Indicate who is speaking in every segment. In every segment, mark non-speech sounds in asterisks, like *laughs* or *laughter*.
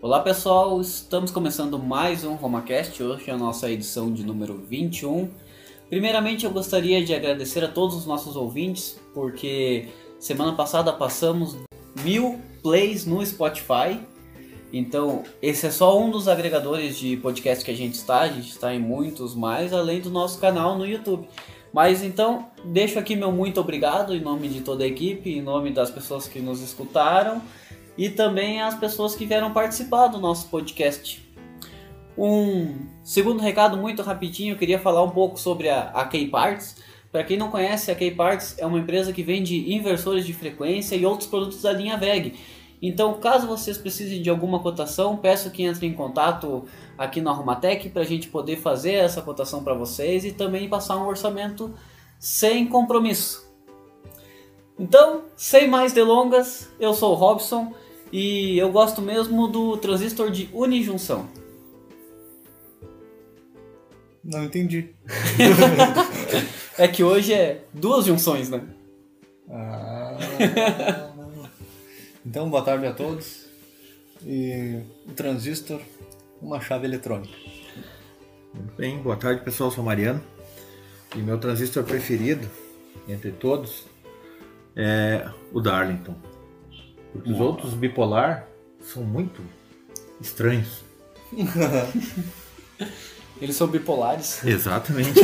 Speaker 1: Olá pessoal, estamos começando mais um RomaCast, hoje é a nossa edição de número 21. Primeiramente eu gostaria de agradecer a todos os nossos ouvintes, porque semana passada passamos mil plays no Spotify. Então, esse é só um dos agregadores de podcast que a gente está, a gente está em muitos mais, além do nosso canal no YouTube. Mas então, deixo aqui meu muito obrigado em nome de toda a equipe, em nome das pessoas que nos escutaram e também as pessoas que vieram participar do nosso podcast. Um segundo recado muito rapidinho, eu queria falar um pouco sobre a, a K-Parts. Para quem não conhece, a K-Parts é uma empresa que vende inversores de frequência e outros produtos da linha VEG. Então, caso vocês precisem de alguma cotação, peço que entrem em contato aqui na Arrumatec para a gente poder fazer essa cotação para vocês e também passar um orçamento sem compromisso. Então, sem mais delongas, eu sou o Robson e eu gosto mesmo do transistor de unijunção.
Speaker 2: Não entendi.
Speaker 1: É que hoje é duas junções, né?
Speaker 2: Ah, *laughs* então, boa tarde a todos. E o transistor, uma chave eletrônica.
Speaker 3: Muito Bem, boa tarde pessoal, Eu sou o Mariano e meu transistor preferido entre todos é o Darlington. Porque os outros bipolar são muito estranhos.
Speaker 1: Eles são bipolares.
Speaker 3: Exatamente.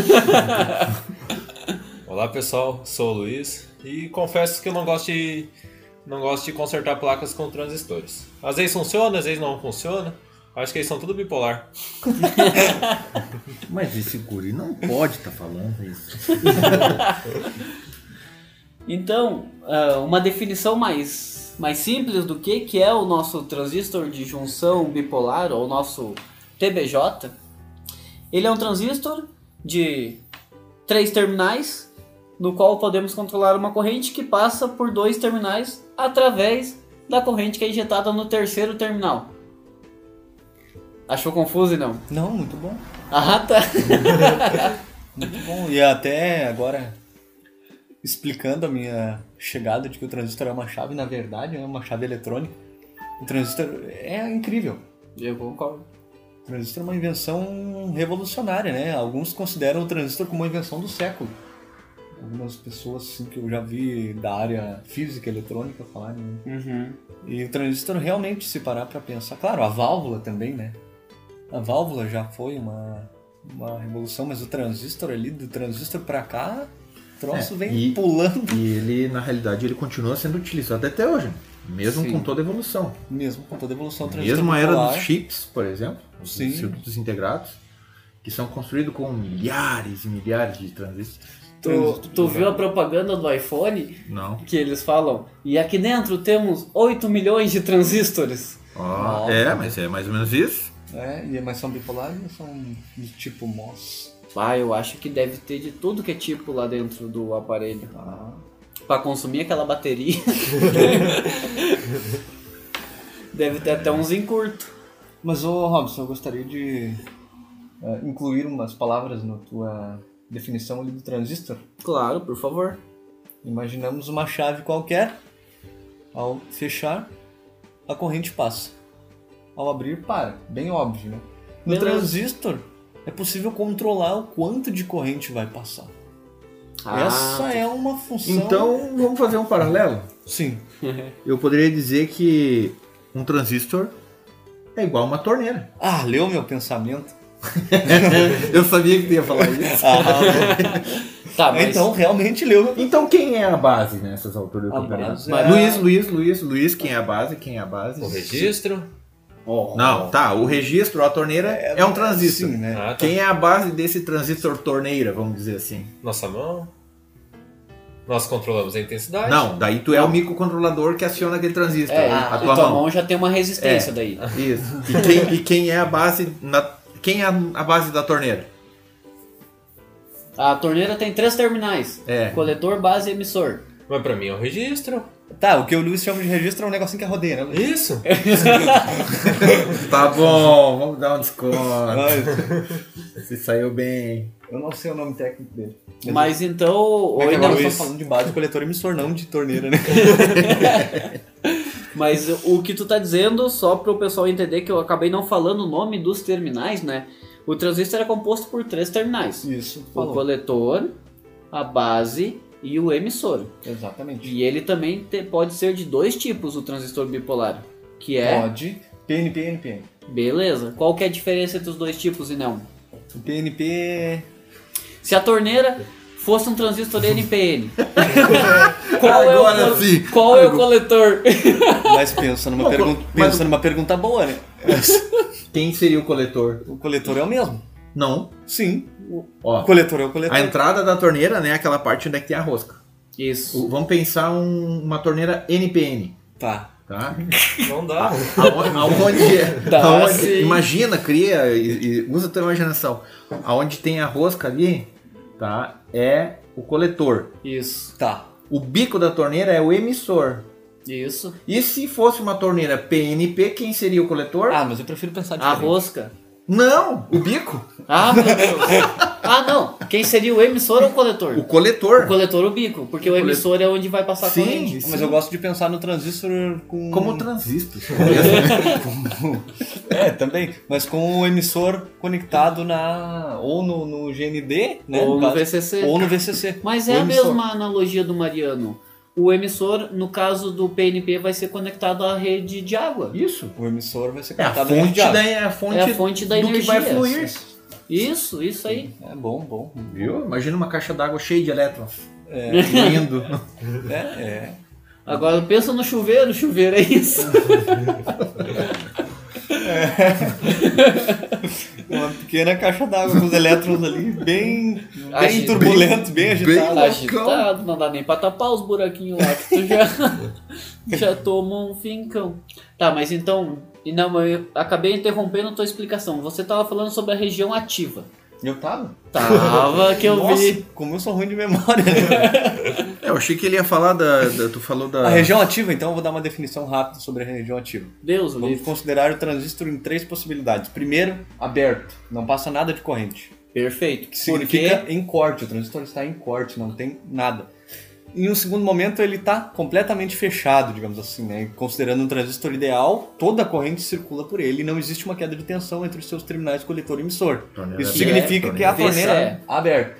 Speaker 4: Olá pessoal, sou o Luiz e confesso que eu não gosto de não gosto de consertar placas com transistores. Às vezes funciona, às vezes não funciona. Acho que eles são tudo bipolar.
Speaker 3: *laughs* Mas esse guri não pode estar falando isso.
Speaker 1: Então, ah, uma definição mais, mais simples do que, que é o nosso transistor de junção bipolar, ou nosso TBJ. Ele é um transistor de três terminais, no qual podemos controlar uma corrente que passa por dois terminais através da corrente que é injetada no terceiro terminal. Achou confuso, não? *laughs*
Speaker 2: Não, muito bom.
Speaker 1: Ah, tá.
Speaker 2: Muito bom. E até agora, explicando a minha chegada de que o transistor é uma chave, na verdade, é uma chave eletrônica. O transistor é incrível.
Speaker 1: Eu concordo.
Speaker 2: O transistor é uma invenção revolucionária, né? Alguns consideram o transistor como uma invenção do século. Algumas pessoas assim, que eu já vi da área física e eletrônica falarem. né?
Speaker 1: Uhum.
Speaker 2: E o transistor realmente, se parar pra pensar, claro, a válvula também, né? A válvula já foi uma, uma revolução, mas o transistor ali, do transistor pra cá, o troço
Speaker 3: É,
Speaker 2: vem
Speaker 3: e-
Speaker 2: pulando
Speaker 3: E ele, na realidade, ele continua sendo utilizado até hoje, mesmo
Speaker 1: Sim.
Speaker 3: com toda a evolução.
Speaker 2: mesmo com toda a evolução do transistor.
Speaker 3: Mesmo a era
Speaker 2: bipolar.
Speaker 3: dos chips, por exemplo, os
Speaker 2: Sim.
Speaker 3: circuitos integrados, que são construídos com milhares e milhares de transistores.
Speaker 1: Tu, tu viu a propaganda do iPhone
Speaker 3: Não.
Speaker 1: que eles falam? E aqui dentro temos 8 milhões de transistores.
Speaker 3: Ó,
Speaker 2: Nossa.
Speaker 3: é, mas é mais ou menos isso.
Speaker 2: É, e- mas são bipolares ou são do tipo MOS?
Speaker 1: Ah, eu acho que deve ter de tudo que é tipo lá dentro do aparelho.
Speaker 2: Ah,
Speaker 1: Pra consumir aquela bateria. *laughs* deve ter até uns encurto.
Speaker 2: Mas, ô Robson, eu gostaria de eh, incluir umas palavras na tua definição ali do transistor.
Speaker 1: Claro, por favor.
Speaker 2: Imaginamos uma chave qualquer. Ao fechar, a corrente passa. Ao abrir, para. Bem óbvio, né? No
Speaker 1: Beleza.
Speaker 2: transistor, é possível controlar o quanto de corrente vai passar.
Speaker 1: Ah.
Speaker 2: Essa é uma função.
Speaker 3: Ah, tá. Então, vamos fazer um paralelo.
Speaker 2: Sim.
Speaker 3: Eu poderia dizer que um transistor é igual uma torneira.
Speaker 2: Ah, leu meu pensamento?
Speaker 3: *laughs* Eu sabia que tu ia falar isso. tá
Speaker 2: Ah,
Speaker 1: Tá, mas
Speaker 2: então realmente leu meu
Speaker 3: Então, quem é a base nessas alturas do
Speaker 2: A
Speaker 3: campeonato?
Speaker 2: base
Speaker 3: Mas
Speaker 2: é-
Speaker 3: Luiz, Luiz, Luiz, Luiz, quem é a base? Quem é a base?
Speaker 4: O registro.
Speaker 1: Ó,
Speaker 3: Não, tá. O registro, a torneira é um transistor.
Speaker 2: Sim, né?
Speaker 4: Ah, tá.
Speaker 3: Quem é a base desse transistor torneira, vamos dizer assim?
Speaker 4: Nossa mão. Nós controlamos a intensidade.
Speaker 3: Não, daí tu é o microcontrolador que aciona aquele transistor.
Speaker 1: é,
Speaker 2: tá.
Speaker 3: a
Speaker 1: a
Speaker 3: tua
Speaker 1: tua
Speaker 3: mão.
Speaker 1: mão já tem uma resistência daí.
Speaker 3: Isso. E quem, e quem é a base na- quem é a base da torneira?
Speaker 1: A torneira tem três terminais:
Speaker 3: É.
Speaker 1: coletor, base e *laughs* emissor.
Speaker 4: Mas pra mim é o registro.
Speaker 2: Tá, o que o Lewis chama de registro é um negocinho que é rodeia, né? Luiz?
Speaker 4: Isso.
Speaker 3: Tá bom, vamos dar um desconto.
Speaker 2: Ah,
Speaker 3: Você saiu bem.
Speaker 2: *laughs* eu não sei o nome técnico dele.
Speaker 1: Mas então.
Speaker 2: É que
Speaker 1: Oi,
Speaker 2: agora
Speaker 1: não,
Speaker 2: eu tô
Speaker 4: Luiz.
Speaker 2: falando de base coletor emissor, não de torneira, né?
Speaker 1: Mas o que tu tá dizendo, só para o pessoal entender que eu acabei não falando o nome dos terminais, né? O transistor é composto por três terminais:
Speaker 2: *laughs* Isso,
Speaker 1: o
Speaker 2: falou.
Speaker 1: coletor, a base e o emissor.
Speaker 2: Exatamente.
Speaker 1: E ele também te- pode ser de dois tipos o transistor bipolar, que é
Speaker 2: Pode. PNP, NPN.
Speaker 1: beleza. Qual que é a diferença entre os dois tipos e não?
Speaker 2: O PNP é.
Speaker 1: Se a torneira fosse um transistor NPN, qual, é o,
Speaker 3: Agora
Speaker 1: col-
Speaker 3: sim.
Speaker 1: qual é o coletor?
Speaker 2: Mas pensa numa,
Speaker 3: Não,
Speaker 2: pergun-
Speaker 3: mas-
Speaker 2: pensa numa pergunta boa, né?
Speaker 3: Quem seria o coletor?
Speaker 2: O coletor é o mesmo.
Speaker 3: Não.
Speaker 2: Sim. O
Speaker 3: Ó,
Speaker 2: coletor é o coletor.
Speaker 3: a entrada da torneira, né? Aquela parte onde é que tem a rosca.
Speaker 1: Isso.
Speaker 3: O- Vamos pensar um- uma torneira NPN,
Speaker 2: Tá. Ah,
Speaker 3: tá?
Speaker 4: Não dá.
Speaker 3: Aonde, aonde, é-
Speaker 1: *laughs* Tá,
Speaker 3: aonde-
Speaker 1: sim.
Speaker 3: imagina, cria, e- e usa a tua imaginação. Aonde tem a rosca ali, tá? É o coletor.
Speaker 1: Isso.
Speaker 2: Tá.
Speaker 3: O bico da torneira é o emissor.
Speaker 1: Isso.
Speaker 3: E se fosse uma torneira PNP, quem seria o coletor?
Speaker 2: Ah, mas eu prefiro pensar
Speaker 1: A
Speaker 2: diferente.
Speaker 1: rosca.
Speaker 3: Não, o bico.
Speaker 1: Ah, meu Deus. Ah, não. Quem seria o emissor ou o coletor?
Speaker 3: O
Speaker 1: O
Speaker 3: coletor.
Speaker 1: coletor o bico, porque o
Speaker 3: cole-
Speaker 1: emissor é onde vai passar a corrente.
Speaker 3: Sim,
Speaker 2: Mas
Speaker 3: sim.
Speaker 2: eu gosto de pensar no transistor com.
Speaker 3: Como transistor. Hum.
Speaker 2: É, também. Mas com o emissor conectado na. Ou no, no GND, né?
Speaker 1: Ou no
Speaker 2: caso.
Speaker 1: VCC.
Speaker 2: Ou no VCC.
Speaker 1: Mas
Speaker 2: O
Speaker 1: é a
Speaker 2: emissor.
Speaker 1: mesma analogia do Mariano. O emissor, no caso do PNP, vai ser conectado à rede de água.
Speaker 3: Isso.
Speaker 2: O emissor vai ser
Speaker 3: É a
Speaker 2: conectado no
Speaker 3: fonte,
Speaker 2: diário.
Speaker 3: da, é a fonte,
Speaker 1: É a fonte da
Speaker 3: do que vai
Speaker 1: energia.
Speaker 3: fluir.
Speaker 1: Isso, isso aí.
Speaker 2: É bom, bom.
Speaker 3: Viu? Imagina uma caixa d'água cheia de elétrons. *laughs* Fluindo.
Speaker 2: É, é.
Speaker 1: Agora pensa no chuveiro, chuveiro é isso.
Speaker 2: *laughs* Uma pequena caixa d'água com os elétrons ali, bem, bem
Speaker 1: Agi-
Speaker 2: turbulento, bem agitado.
Speaker 1: Tá agitado, não dá nem pra tapar os buraquinhos lá que tu
Speaker 2: *laughs*
Speaker 1: já, já tomou um fincão. Tá, mas então, e não, eu acabei interrompendo a tua explicação. Você tava falando sobre a região ativa.
Speaker 2: Eu tava?
Speaker 1: Tava É que eu
Speaker 2: Nossa,
Speaker 1: vi.
Speaker 2: como eu sou ruim de memória. *laughs* né?
Speaker 3: É, eu achei que ele ia falar da. da- tu falou da.
Speaker 2: A região ativa, então, eu vou dar uma definição rápida sobre a região ativa.
Speaker 1: Deus, o
Speaker 2: Vamos
Speaker 1: livro.
Speaker 2: considerar o transistor em três possibilidades. Primeiro, aberto, não passa nada de corrente.
Speaker 1: Perfeito. Porque
Speaker 2: que significa em corte. O transistor está em corte, não tem nada. Em um segundo momento, ele está completamente fechado, digamos assim, né? Considerando um transistor ideal, toda a corrente circula por ele e não existe uma queda de tensão entre os seus terminais coletor e emissor.
Speaker 3: Torneira
Speaker 2: Isso
Speaker 1: Que
Speaker 3: aberta,
Speaker 2: significa que a
Speaker 1: torneira.
Speaker 2: torneira é aberta.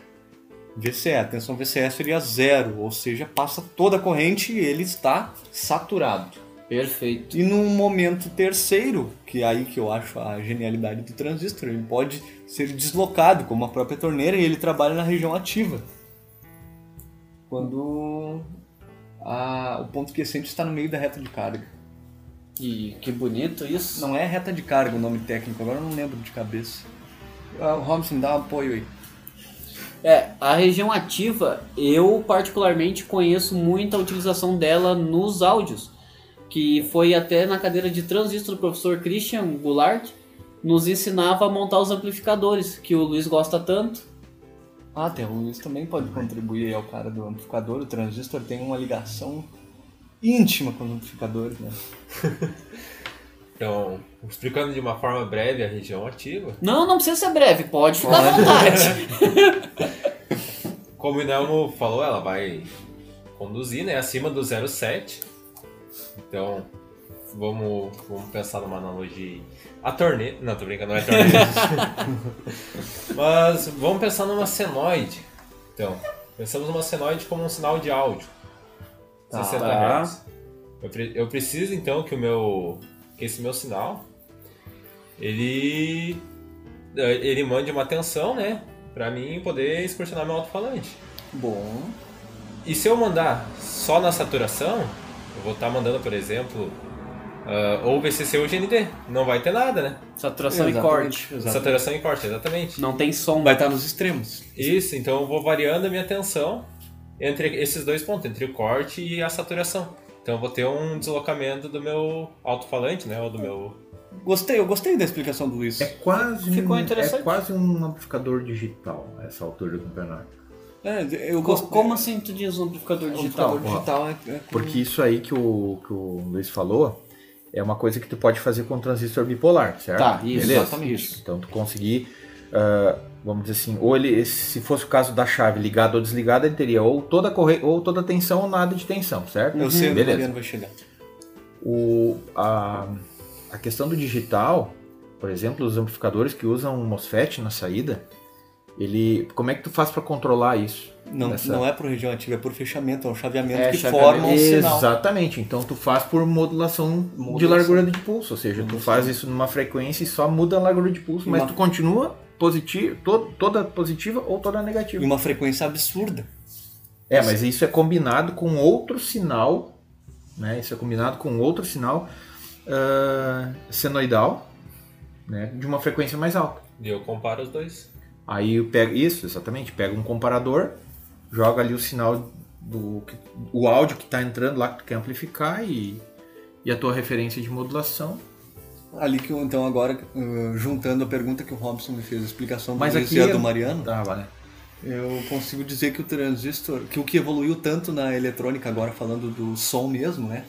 Speaker 2: VCE, a tensão VCE seria zero, ou seja, passa toda a corrente e ele está saturado.
Speaker 1: Perfeito.
Speaker 2: E num momento terceiro, que é aí que eu acho a genialidade do transistor, ele pode ser deslocado, como a própria torneira, e ele trabalha na região ativa. Quando a- o ponto quiescente está no meio da reta de carga.
Speaker 1: E que bonito isso.
Speaker 2: Não é reta de carga o nome técnico, agora eu não lembro de cabeça. Ah, Robson, dá um apoio aí.
Speaker 1: É, a região ativa, eu particularmente conheço muito a utilização dela nos áudios, que foi até na cadeira de transistor do professor Christian Goulart, nos ensinava a montar os amplificadores, que o Luiz gosta tanto.
Speaker 2: Ah, tem, o Luiz também pode contribuir aí ao cara do amplificador. O transistor tem uma ligação íntima com os amplificadores, né?
Speaker 4: Então, explicando de uma forma breve a região ativa,
Speaker 1: Não, não precisa ser breve, pode ficar à
Speaker 2: *laughs*
Speaker 1: vontade.
Speaker 4: como o Nelmo falou, ela vai conduzir, né, acima do 0,7. Então, vamos, vamos pensar numa analogia aí. A torneira... Não, tô brincando, não é torneira. Mas vamos pensar numa senoide. Então, pensamos numa senoide como um sinal de áudio.
Speaker 2: Tá.
Speaker 4: 60 Hz. Eu, pre- eu preciso, então, que o meu... Que esse meu sinal, ele... eh, Ele mande uma tensão, né? Pra mim poder excursionar meu alto-falante.
Speaker 2: Bom.
Speaker 4: E se eu mandar só na saturação, eu vou estar mandando, por exemplo, ah, ou VCC ou GND. Não vai ter nada, né?
Speaker 1: Saturação e
Speaker 2: Exatamente,
Speaker 1: corte.
Speaker 2: exatamente.
Speaker 4: Saturação e corte, exatamente.
Speaker 1: Não tem som.
Speaker 2: Vai estar nos extremos.
Speaker 4: Isso, então eu vou variando a minha tensão entre esses dois pontos, entre o corte e a saturação. Então eu vou ter um deslocamento do meu alto-falante, né? Ou do meu.
Speaker 2: Gostei, eu gostei da explicação do Luiz.
Speaker 3: É quase,
Speaker 1: Ficou
Speaker 3: um,
Speaker 1: interessante.
Speaker 3: é quase um amplificador digital a essa altura do campeonato.
Speaker 2: É, eu
Speaker 1: Co-
Speaker 2: gostei.
Speaker 1: Como assim tu diz um amplificador
Speaker 2: O
Speaker 1: digital?
Speaker 2: computador digital é, é com-
Speaker 3: Porque isso aí que o, que o Luiz falou é uma coisa que tu pode fazer com transistor bipolar, certo?
Speaker 1: Tá, isso,
Speaker 3: Beleza?
Speaker 1: exatamente.
Speaker 3: Isso. Então tu conseguir, ah, vamos dizer assim, ou ele, se fosse o caso da chave ligada ou desligada, ele teria ou toda, corre... ou toda tensão ou nada de tensão, certo?
Speaker 2: É, Eu sei onde o
Speaker 3: Uhum. Beleza.
Speaker 2: Mariano vai chegar.
Speaker 3: o, a, a questão do digital, por exemplo, os amplificadores que usam um MOSFET na saída, ele, como é que tu faz para controlar isso?
Speaker 2: Não,
Speaker 3: Essa-
Speaker 2: não é por região ativa, é por fechamento, é um chaveamento
Speaker 3: É,
Speaker 2: que
Speaker 3: chaveamento.
Speaker 2: forma um sinal.
Speaker 3: Exatamente. Então tu faz por modulação, de
Speaker 2: Modulação.
Speaker 3: largura de pulso, ou seja, tu
Speaker 2: Modulação.
Speaker 3: faz isso numa frequência e só muda a largura de pulso, mas
Speaker 2: Uma-
Speaker 3: tu continua positivo, to- toda positiva ou toda
Speaker 2: E
Speaker 3: negativa.
Speaker 2: uma frequência absurda.
Speaker 3: É, mas isso é combinado com outro sinal, né? Isso é combinado com outro sinal ah, senoidal, né? De uma frequência mais alta.
Speaker 4: E eu comparo os dois.
Speaker 3: Aí eu pego isso, exatamente, pega um comparador, joga ali o sinal do que- o áudio que tá entrando lá que tu quer amplificar e, e a tua referência de modulação.
Speaker 2: Ali que eu, então agora, eh, juntando a pergunta que o Robson me fez, a explicação do
Speaker 3: Mas
Speaker 2: Luiz
Speaker 3: aqui
Speaker 2: e a
Speaker 3: é-
Speaker 2: do Mariano,
Speaker 3: Tá, vale.
Speaker 2: eu consigo dizer que o transistor, que o que evoluiu tanto na eletrônica agora, falando do som mesmo, né?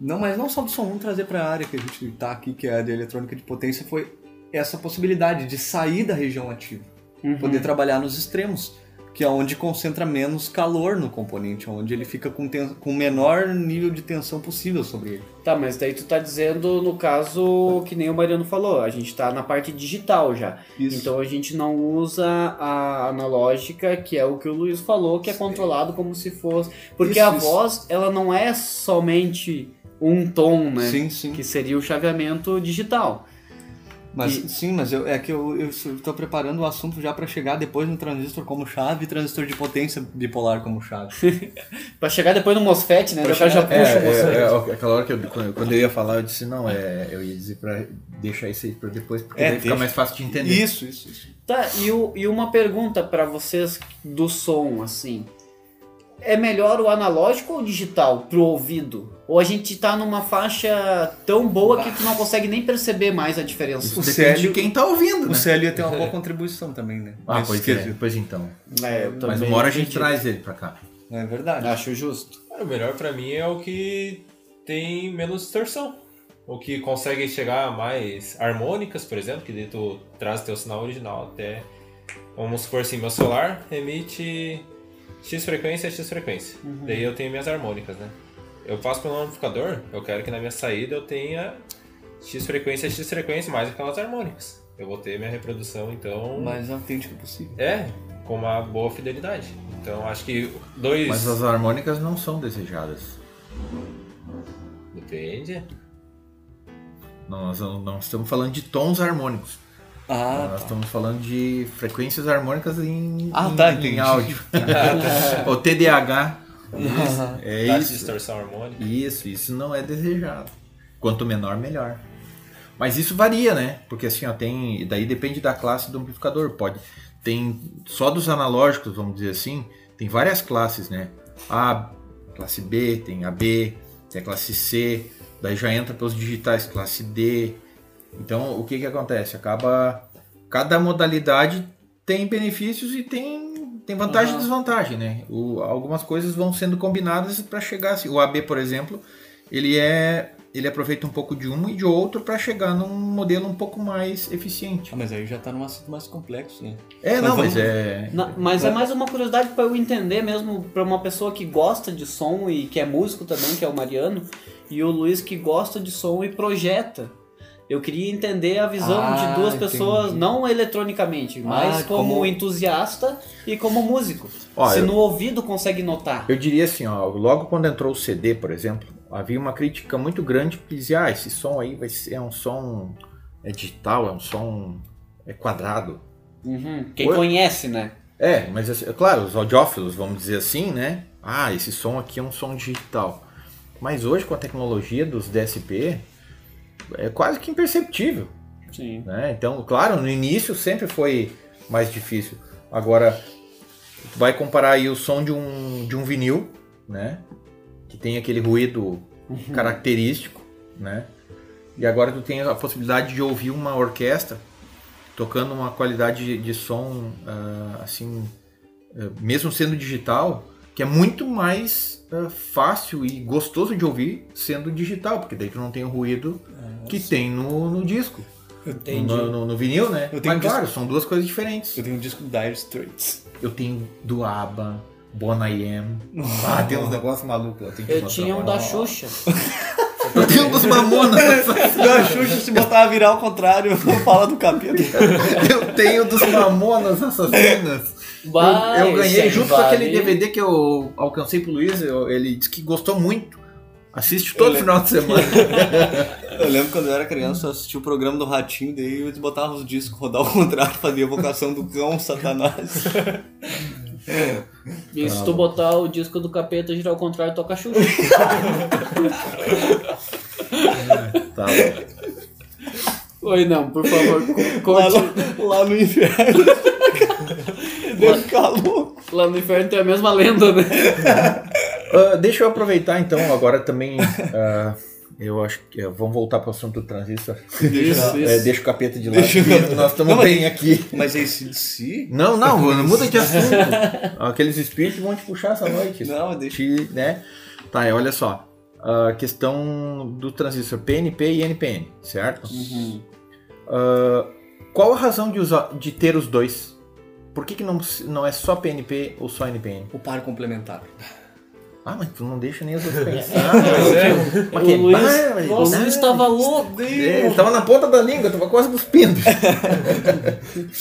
Speaker 2: Não, mas não só do som, vamos trazer para a área que a gente tá aqui, que é a de eletrônica de potência, foi essa possibilidade de sair da região ativa.
Speaker 1: Uhum.
Speaker 2: poder trabalhar nos extremos, que é onde concentra menos calor no componente, onde ele fica com, ten- com o menor nível de tensão possível sobre ele.
Speaker 1: Tá, mas daí tu tá dizendo, no caso, que nem o Mariano falou, a gente tá na parte digital já. Então a gente não usa a analógica, que é o que o Luiz falou, que é controlado como se fosse. Porque
Speaker 2: Isso,
Speaker 1: a
Speaker 2: isso.
Speaker 1: voz, ela não é somente um tom, né?
Speaker 2: Sim, sim.
Speaker 1: Que seria o chaveamento digital.
Speaker 2: Mas,
Speaker 1: e-
Speaker 2: Sim, mas eu- é que eu estou preparando o assunto já para chegar depois no transistor como chave e transistor de potência bipolar como chave.
Speaker 1: Pra chegar depois no MOSFET, né?
Speaker 2: Pra
Speaker 1: Daí O cara já
Speaker 2: chegar-
Speaker 3: É,
Speaker 1: puxa o MOSFET.
Speaker 3: aquela hora que eu, quando quando eu ia falar, eu disse, não, é, eu ia dizer pra deixar isso aí pra depois, porque
Speaker 2: É,
Speaker 3: daí fica
Speaker 2: deixa.
Speaker 3: mais fácil de entender.
Speaker 2: Isso, isso, isso.
Speaker 1: Tá, e, o- e uma pergunta pra vocês do som, assim. É melhor o analógico ou o digital pro ouvido? Ou a gente tá numa faixa tão boa que tu
Speaker 2: Ah.
Speaker 1: não consegue nem perceber mais a diferença?
Speaker 3: Isso
Speaker 2: O
Speaker 3: depende
Speaker 2: Célio-
Speaker 3: de quem tá ouvindo,
Speaker 2: O
Speaker 3: né?
Speaker 2: Célio tem *laughs* uma boa contribuição também, né?
Speaker 3: Ah,
Speaker 2: Nesse
Speaker 3: pois, é,
Speaker 2: quesito.
Speaker 3: pois então.
Speaker 1: É, eu
Speaker 3: Mas
Speaker 1: também
Speaker 3: uma hora a gente
Speaker 1: entendi.
Speaker 3: traz ele pra cá.
Speaker 2: é. verdade.
Speaker 1: Acho justo.
Speaker 4: Cara, o melhor pra mim é o que tem menos distorção. O que consegue chegar a mais harmônicas, por exemplo, que daí tu traz teu sinal original até. Vamos supor assim, meu celular emite X frequência, X frequência. Daí eu tenho minhas harmônicas, né? Eu passo pelo amplificador, eu quero que na minha saída eu tenha X frequência, X frequência, mais aquelas harmônicas. Eu vou ter minha reprodução, então.
Speaker 2: O mais autêntico possível.
Speaker 4: É, com uma boa fidelidade. Então acho que dois.
Speaker 3: Mas as harmônicas não são desejadas.
Speaker 4: Depende.
Speaker 3: Não, Nós não, não estamos falando de tons harmônicos.
Speaker 2: Ah,
Speaker 3: Nós estamos falando de frequências harmônicas em,
Speaker 2: Ah,
Speaker 3: em-
Speaker 2: tá,
Speaker 3: em
Speaker 2: entendi. *laughs* Ah,
Speaker 3: áudio. o TDAH.
Speaker 2: tá.
Speaker 3: É
Speaker 4: Taxa de
Speaker 3: isso.
Speaker 4: distorção harmônica.
Speaker 3: Isso, isso não é desejado. Quanto menor, melhor. Mas isso varia, né? Porque assim, ó, tem. Daí depende da classe do amplificador. Pode. Tem. Só dos analógicos, vamos dizer assim, tem várias classes, né? A, classe B, tem a B, tem a é classe C, daí já entra pelos digitais, classe D. Então o que que acontece? Acaba. Cada modalidade tem benefícios e tem, tem vantagem
Speaker 2: Uhum.
Speaker 3: e
Speaker 1: Aham.
Speaker 3: desvantagem, né? O- algumas coisas vão sendo combinadas para chegar assim. O AB, por exemplo, ele é ele aproveita um pouco de um e de outro para chegar num modelo um pouco mais eficiente.
Speaker 2: Ah, mas aí já tá num assunto mais complexo, né?
Speaker 3: É,
Speaker 2: Mas
Speaker 3: não,
Speaker 2: vamos-
Speaker 3: mas é
Speaker 1: Na- mas é mais uma curiosidade pra eu entender mesmo, pra uma pessoa que gosta de som e que é músico também, que é o Mariano, e o Luiz que gosta de som e projeta. Eu queria entender a visão
Speaker 2: Ah,
Speaker 1: de duas
Speaker 2: entendi.
Speaker 1: pessoas, não eletronicamente, mas
Speaker 2: Ah,
Speaker 1: como,
Speaker 2: como-
Speaker 1: entusiasta e como músico.
Speaker 3: Ó,
Speaker 1: Se
Speaker 3: eu-
Speaker 1: no ouvido consegue notar.
Speaker 3: Eu diria assim, ó, logo quando entrou o CD, por exemplo, havia uma crítica muito grande que dizia, ah, esse som aí vai ser é um som é digital, é um som é quadrado.
Speaker 1: Uhum, Quem
Speaker 3: Oi?
Speaker 1: conhece, né?
Speaker 3: É, mas assim, é claro, os audiófilos, vamos dizer assim, né? Ah, esse som aqui é um som digital. Mas hoje com a tecnologia dos DSP é quase que imperceptível.
Speaker 1: Sim.
Speaker 3: né? Então, claro, no início sempre foi mais difícil. Agora, tu vai comparar aí o som de um, de um vinil, né? Que tem aquele ruído característico, né? E agora tu tem a possibilidade de ouvir uma orquestra tocando uma qualidade de- de som, ah, assim, eh, mesmo sendo digital, que é muito mais ah, fácil e gostoso de ouvir sendo digital, porque daí tu não tem o ruído que tem no- no disco.
Speaker 1: Entendi.
Speaker 3: No, no- no vinil, né?
Speaker 2: Eu tenho
Speaker 3: Mas
Speaker 2: um
Speaker 3: claro, são duas coisas diferentes.
Speaker 2: Eu tenho um disco do Dire Straits.
Speaker 3: Eu tenho do ABBA, Bon I Am. Ah, tem uns negócios malucos.
Speaker 1: Eu tinha um da Xuxa.
Speaker 3: Eu tenho dos mamonas.
Speaker 2: *laughs* Não, Xuxa, se botar a virar ao contrário, fala do capítulo.
Speaker 3: Eu tenho um dos mamonas assassinas.
Speaker 1: Bah,
Speaker 3: eu, eu ganhei
Speaker 1: esse
Speaker 3: junto
Speaker 1: aí
Speaker 3: com aquele
Speaker 1: vale.
Speaker 3: DVD que eu alcancei pro Luiz. eu- ele disse que gostou muito. Assiste todo final de semana.
Speaker 2: Eu lembro quando eu era criança, eu assistia o programa do Ratinho, daí eles botavam os discos, rodar ao contrário, fazia evocação do cão, satanás.
Speaker 1: E se tu botar o disco do capeta e girar ao contrário, toca Xuxa.
Speaker 3: tá bom.
Speaker 1: Oi, não, por favor, *laughs* co-
Speaker 2: Lá
Speaker 1: conte.
Speaker 2: no, *laughs* lá no inferno. Deve ficar louco.
Speaker 1: Lá no inferno tem a mesma lenda, né?
Speaker 3: Ah, deixa eu aproveitar então, agora também. ah, eu acho que. eh, vamos voltar pro assunto do transistor.
Speaker 1: Isso,
Speaker 3: É,
Speaker 1: isso.
Speaker 3: deixa o capeta de lado.
Speaker 2: Deixa eu-
Speaker 3: Nós estamos
Speaker 2: Não,
Speaker 3: bem aqui.
Speaker 2: Mas é esse de si?
Speaker 3: Não, não, mano, muda de assunto. Aqueles espíritos vão te puxar essa noite.
Speaker 2: Não, deixa.
Speaker 3: Te, né? Tá, e olha só. A questão do transistor PNP e NPN, certo?
Speaker 1: Uhum.
Speaker 3: Qual a razão de, usar, de ter os dois? Por que, que não, se- não é só PNP ou só NPN?
Speaker 2: O par complementar.
Speaker 3: Ah, mas tu não deixa nem os
Speaker 1: *laughs*
Speaker 3: outros pensar. mas mas que
Speaker 1: É. O Luiz,
Speaker 3: barbaridade.
Speaker 1: nossa, o Luiz tá tava louco.
Speaker 3: É, tava na ponta da língua, tava quase cuspindo.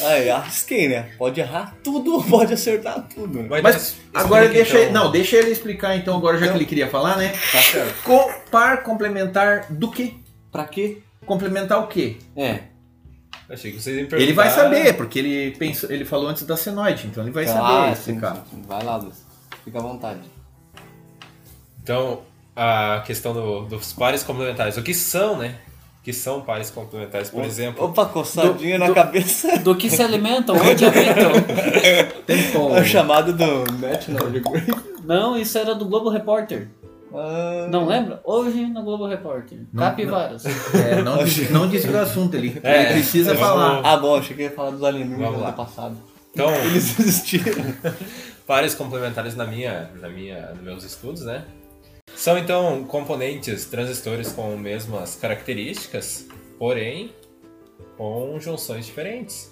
Speaker 2: Ai, arrisquei, né? Pode errar tudo, *laughs* pode acertar tudo. né?
Speaker 3: Mas
Speaker 4: então, explica,
Speaker 3: agora deixa ele.
Speaker 4: então.
Speaker 3: Não, deixa ele explicar então agora, já que ele queria falar, né?
Speaker 2: Tá certo.
Speaker 3: Co par complementar do quê?
Speaker 2: Pra quê?
Speaker 3: Complementar o quê?
Speaker 2: É.
Speaker 4: Achei que vocês iam perguntar.
Speaker 3: Ele vai saber, porque ele pensou, ele falou antes da senoide, então ele vai saber *laughs* explicar.
Speaker 2: Vai lá, Luiz. Fica à vontade.
Speaker 4: Então, a questão do- dos pares complementares. O que são, né? O que são pares complementares, por exemplo?
Speaker 2: Opa, coçadinha na
Speaker 1: do- *laughs*
Speaker 2: cabeça.
Speaker 1: Do que se alimentam? Onde habitam?
Speaker 3: Tem como.
Speaker 2: A chamada É do National Geographic.
Speaker 1: Não, isso era do Globo Repórter.
Speaker 2: Ah,
Speaker 1: Não lembra? Hoje no Globo Repórter.
Speaker 3: Não,
Speaker 1: Capivaras.
Speaker 3: É, *laughs* não, des- não desvia o assunto, ele,
Speaker 4: É,
Speaker 3: ele precisa
Speaker 4: vamos-
Speaker 3: falar.
Speaker 2: Ah, bom, achei que ia falar dos
Speaker 4: Vamos
Speaker 2: alienígenas
Speaker 4: lá.
Speaker 2: do passado. *laughs*
Speaker 4: Então,
Speaker 2: Eles existiram.
Speaker 4: pares complementares na minha, na minha, nos meus estudos, né? São então componentes transistores com mesmas características, porém com junções diferentes.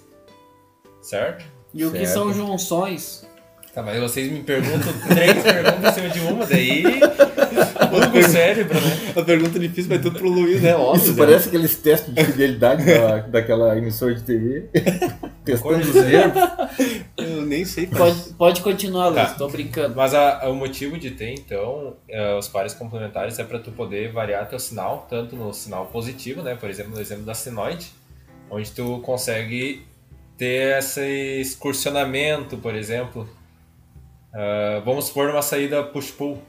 Speaker 4: Certo?
Speaker 1: E o que
Speaker 3: Certo.
Speaker 1: são junções?
Speaker 4: Tá, mas vocês me perguntam
Speaker 3: *laughs*
Speaker 4: três perguntas em cima de uma, daí. Pouco cérebro, né?
Speaker 2: A pergunta difícil vai tudo pro Luiz, né? Óbvio.
Speaker 4: é.
Speaker 3: Isso
Speaker 2: né?
Speaker 3: parece aqueles testes de fidelidade da, daquela emissora de
Speaker 4: *laughs*
Speaker 3: TV. Testando os erros.
Speaker 2: Eu nem sei.
Speaker 1: Pode, pode continuar, Luiz,
Speaker 4: Tá.
Speaker 1: tô brincando.
Speaker 4: Mas a- o motivo de ter, então, eh, os pares complementares é para tu poder variar teu sinal, tanto no sinal positivo, né? Por exemplo, no exemplo da sinoide, onde tu consegue ter esse excursionamento, por exemplo. Ah, vamos supor uma saída push-pull,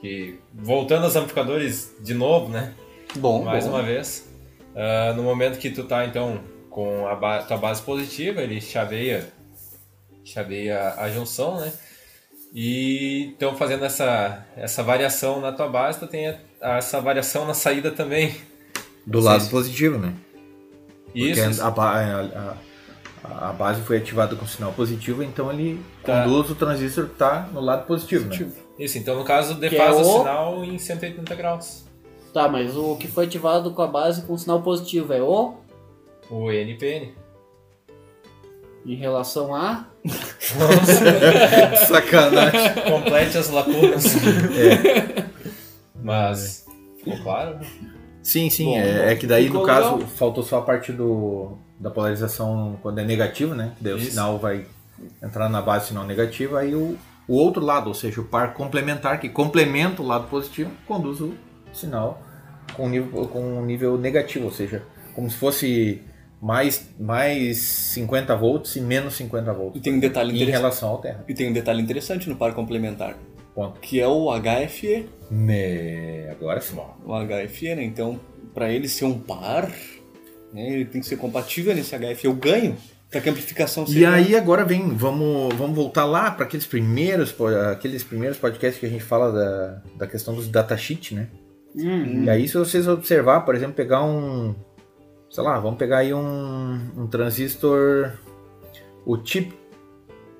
Speaker 4: que voltando aos amplificadores de novo, né?
Speaker 2: Bom,
Speaker 4: mais
Speaker 2: bom.
Speaker 4: uma vez. Ah, no momento que tu tá, então, com a ba- tua base positiva, ele chaveia, chaveia a junção, né? E então fazendo essa, essa variação na tua base, tu tem a- essa variação na saída também.
Speaker 3: Do lado positivo, né? Porque
Speaker 4: Isso,
Speaker 3: a, ba- é, a- a- a base foi ativada com sinal positivo, então ele
Speaker 4: Tá.
Speaker 3: conduz o transistor que tá no lado positivo, né?
Speaker 4: isso. Então, no caso,
Speaker 1: é
Speaker 4: defasa o
Speaker 1: o-
Speaker 4: sinal em 180 graus.
Speaker 1: Tá, mas o que foi ativado com a base com sinal positivo é o
Speaker 4: O NPN.
Speaker 1: em relação a.
Speaker 3: *laughs* Sacanagem.
Speaker 4: *laughs* Complete
Speaker 2: *laughs*
Speaker 4: as lacunas.
Speaker 2: É.
Speaker 4: Mas, ficou claro? né?
Speaker 3: Sim, sim,
Speaker 1: Bom,
Speaker 3: é, é que daí
Speaker 1: Ficou
Speaker 3: no caso
Speaker 1: legal.
Speaker 3: faltou só a parte do, da polarização quando é negativo, né? Que daí o
Speaker 4: Isso.
Speaker 3: sinal vai entrar na base sinal negativo, aí o, o outro lado, ou seja, o par complementar que complementa o lado positivo, conduz o sinal com nível, com um nível negativo, ou seja, como se fosse mais, mais 50 volts e menos 50
Speaker 2: E
Speaker 3: volts
Speaker 2: tem um detalhe
Speaker 3: em
Speaker 2: interessante.
Speaker 3: relação ao terra.
Speaker 2: E tem um detalhe interessante no par complementar,
Speaker 3: Ponto.
Speaker 2: que é o HFE.
Speaker 3: Né, agora sim.
Speaker 2: O HFE, né? Então, pra ele ser um par, né, ele tem que ser compatível nesse HFE. Eu ganho pra que a amplificação seja.
Speaker 3: E
Speaker 1: né?
Speaker 3: aí agora vem, vamos, vamos voltar lá para aqueles primeiros, po- aqueles primeiros podcasts que a gente fala da, da questão dos datasheets, né?
Speaker 1: Hum,
Speaker 3: E aí se vocês observar, por exemplo, pegar um, sei lá, vamos pegar aí um, um transistor, o chip,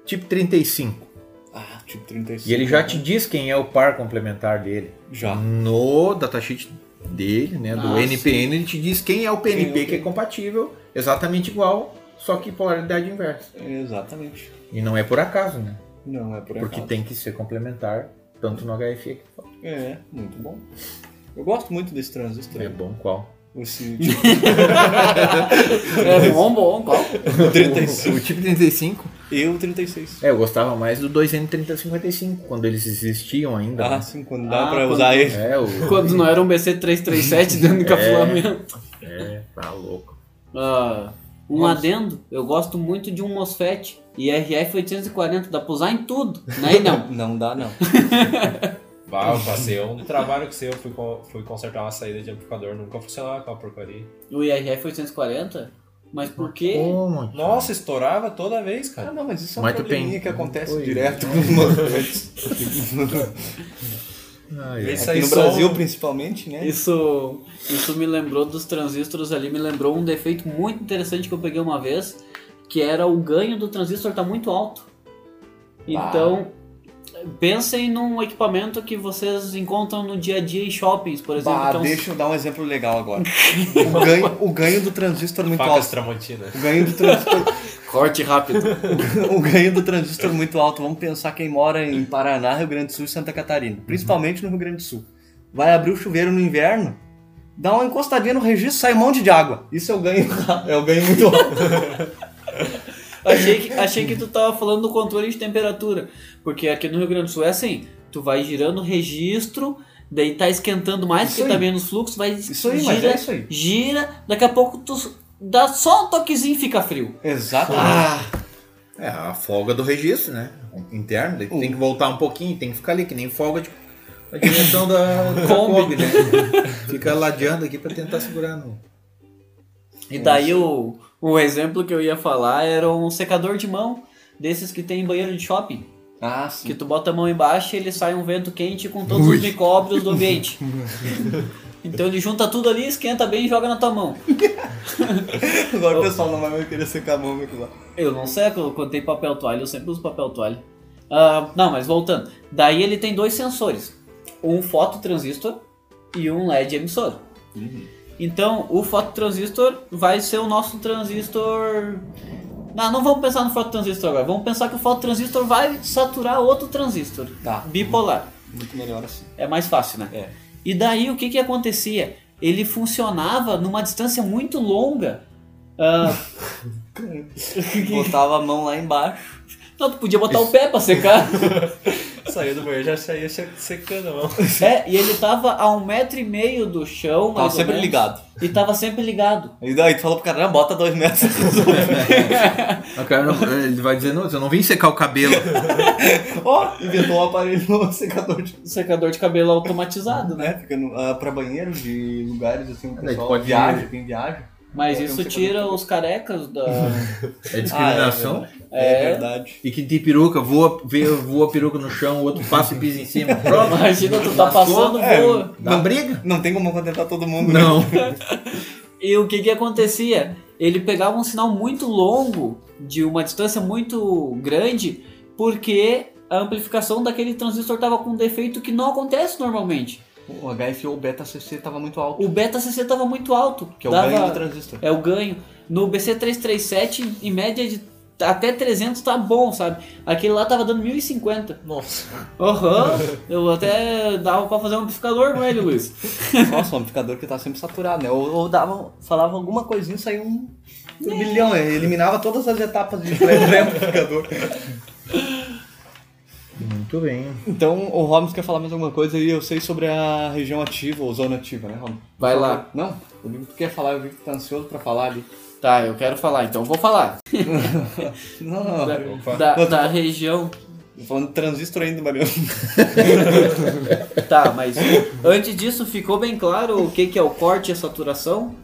Speaker 3: chip 35,
Speaker 2: Ah, tipo 35.
Speaker 3: e ele já
Speaker 2: né?
Speaker 3: te diz quem é o par complementar dele.
Speaker 2: Já.
Speaker 3: No datasheet dele, né, do
Speaker 1: Ah,
Speaker 3: NPN, ele te diz quem é o
Speaker 2: Quem é
Speaker 3: PNP
Speaker 2: o
Speaker 3: que é
Speaker 2: PNP.
Speaker 3: compatível, exatamente igual, só que polaridade inversa.
Speaker 2: Exatamente.
Speaker 3: E não é por acaso, né?
Speaker 2: Não é por
Speaker 3: Porque
Speaker 2: acaso.
Speaker 3: tem que ser complementar, tanto no HFE que
Speaker 2: É, muito bom. Eu gosto muito desse transistor.
Speaker 3: É bom qual?
Speaker 2: Esse
Speaker 3: *laughs*
Speaker 1: É bom, bom, qual?
Speaker 2: tipo 35.
Speaker 3: O tipo 35?
Speaker 2: E o 36.
Speaker 3: É, eu gostava mais do 2M3055, quando eles existiam ainda.
Speaker 2: Ah,
Speaker 3: né?
Speaker 2: sim, quando dá
Speaker 1: Ah,
Speaker 2: pra
Speaker 1: quando-
Speaker 2: usar ele.
Speaker 3: É, o. *laughs*
Speaker 1: Quando não era um BC337 dentro do encapulamento.
Speaker 3: É, tá louco.
Speaker 1: Ah, um
Speaker 2: Nossa.
Speaker 1: adendo, eu gosto muito de um MOSFET IRF 840, dá pra usar em tudo,
Speaker 2: *laughs*
Speaker 1: né? E não.
Speaker 2: Não dá, não.
Speaker 4: Bah, eu passei um trabalho que seu, fui, con- fui consertar uma saída de amplificador, nunca funcionava aquela porcaria.
Speaker 1: O IRF 840? Mas por quê?
Speaker 3: Como?
Speaker 4: Nossa, estourava toda vez,
Speaker 2: Ah,
Speaker 4: cara.
Speaker 2: não, mas isso é um
Speaker 3: Mas tu
Speaker 2: probleminha
Speaker 3: tem-
Speaker 2: que acontece
Speaker 3: Oi.
Speaker 2: direto com os movimentos.
Speaker 3: Ai,
Speaker 4: Vê
Speaker 3: ai.
Speaker 4: se
Speaker 2: Aqui
Speaker 4: aí
Speaker 2: no
Speaker 4: só-
Speaker 2: Brasil, principalmente, né?
Speaker 1: Isso, isso me lembrou dos transistores ali, me lembrou um defeito muito interessante que eu peguei uma vez, que era o ganho do transistor tá muito alto.
Speaker 2: Ah.
Speaker 1: Então, pensem num equipamento que vocês encontram no dia a dia em shoppings, por exemplo.
Speaker 2: Bah,
Speaker 1: que é um-
Speaker 2: deixa eu dar um exemplo legal agora. O ganho, o ganho do transistor muito
Speaker 4: Facas
Speaker 2: alto.
Speaker 4: Tramontina.
Speaker 2: O ganho, do transistor,
Speaker 1: Corte rápido.
Speaker 2: *laughs* o ganho do transistor muito alto. Vamos pensar quem mora em Paraná, Rio Grande do Sul e Santa Catarina. Principalmente no Rio Grande do Sul. Vai abrir o chuveiro no inverno, dá uma encostadinha no registro, sai um monte de água. Isso é o ganho, *laughs* é o ganho muito alto.
Speaker 1: achei, que, achei que tu tava falando do controle de temperatura, porque aqui no Rio Grande do Sul é assim, tu vai girando o registro, daí tá esquentando mais,
Speaker 2: Isso
Speaker 1: porque
Speaker 2: aí.
Speaker 1: tá menos fluxo, vai
Speaker 2: Isso aí, mas
Speaker 1: gira,
Speaker 2: é isso aí.
Speaker 1: gira, daqui a pouco tu dá só um toquezinho e fica frio.
Speaker 2: Exato.
Speaker 3: É, a folga do registro, né? Interno, daí tu tem que voltar um pouquinho, tem que ficar ali, que nem folga de a direção *laughs* da da
Speaker 1: Kombi.
Speaker 3: Kombi, né? Fica ladeando aqui pra tentar segurar no.
Speaker 1: E daí o, o exemplo que eu ia falar era um secador de mão, desses que tem em banheiro de shopping,
Speaker 2: Ah, sim.
Speaker 1: que tu bota a mão embaixo e ele sai um vento quente com todos os micróbios do ambiente. Então ele junta tudo ali, esquenta bem e joga na tua mão.
Speaker 2: Agora o pessoal não vai mais querer secar a mão com aquilo lá.
Speaker 1: Eu não sei, eu contei papel toalha, eu sempre uso papel toalha. Ah, não, mas voltando. Daí ele tem dois sensores: um fototransistor e um LED emissor.
Speaker 2: Uhum.
Speaker 1: Então, o fototransistor vai ser o nosso transistor. Não, não vamos pensar no fototransistor agora. Vamos pensar que o fototransistor vai saturar outro transistor
Speaker 2: Tá,
Speaker 1: bipolar.
Speaker 2: muito melhor assim.
Speaker 1: É mais fácil, né?
Speaker 2: É.
Speaker 1: E daí o que que acontecia? Ele funcionava numa distância muito longa. Ah,
Speaker 2: Botava a mão lá embaixo.
Speaker 1: não, tu podia botar o pé pra
Speaker 2: *laughs*
Speaker 1: secar.
Speaker 4: Saía do banheiro, já saía che- secando a mão.
Speaker 1: É, e ele tava a um metro e meio do chão,
Speaker 2: Tava
Speaker 1: mais ou
Speaker 2: sempre
Speaker 1: menos,
Speaker 2: ligado.
Speaker 1: E tava sempre
Speaker 2: *laughs*
Speaker 1: ligado.
Speaker 2: E daí tu falou pro cara, não, bota dois metros.
Speaker 3: *laughs*
Speaker 2: *laughs*
Speaker 3: O cara não- ele vai dizer, não, eu não vim secar o cabelo. é
Speaker 2: Ó, inventou um aparelho novo, secador de...
Speaker 1: Um Secador de cabelo automatizado, né?
Speaker 2: Né? Fica no, ah, pra banheiro de lugares assim, o
Speaker 3: daí tu
Speaker 2: pessoal
Speaker 3: pode-
Speaker 2: viaja, quem viaja.
Speaker 1: Mas
Speaker 2: Tem um
Speaker 1: isso
Speaker 2: secador de
Speaker 1: tira
Speaker 2: cabelo.
Speaker 1: os carecas da.
Speaker 2: *laughs*
Speaker 3: É discriminação.
Speaker 2: É,
Speaker 1: É.
Speaker 2: verdade.
Speaker 3: e quem tem peruca, voa, vê, voa a peruca no chão, o outro passa e pisa em cima. Pronto.
Speaker 1: Imagina, tu tá passando,
Speaker 2: É.
Speaker 1: voa.
Speaker 3: Dá briga?
Speaker 2: Não tem como contentar todo mundo, né?
Speaker 3: Não.
Speaker 1: E o que que acontecia? Ele pegava um sinal muito longo, de uma distância muito grande, porque a amplificação daquele transistor tava com um defeito que não acontece normalmente.
Speaker 2: O HFO beta CC tava muito alto,
Speaker 1: O beta CC tava muito alto.
Speaker 2: que é o
Speaker 1: dava...
Speaker 2: ganho do transistor.
Speaker 1: É o ganho. No BC337, em média de até 300 tá bom, sabe? Aquele lá tava dando 1050.
Speaker 4: Nossa.
Speaker 1: Aham, eu até dava pra fazer um amplificador com ele, Luiz.
Speaker 2: *laughs* Nossa, o amplificador que tá sempre saturado, né? Ou, ou dava, falava alguma coisinha e saiu um bilhão, eliminava todas as etapas de pré-amplificador.
Speaker 3: Muito bem.
Speaker 2: Então, o Holmes quer falar mais alguma coisa e eu sei sobre a região ativa ou zona ativa, né, Holmes?
Speaker 1: Vai lá.
Speaker 2: Não, eu vi que tu quer falar, eu vi que tu tá ansioso pra falar ali.
Speaker 1: Tá, eu quero falar, então vou falar.
Speaker 2: Não, não, não.
Speaker 1: Da, da, da região.
Speaker 2: Tô falando de transistor ainda, Mariano. *laughs*
Speaker 1: Tá, mas antes disso, ficou bem claro o que, que é o corte e a saturação?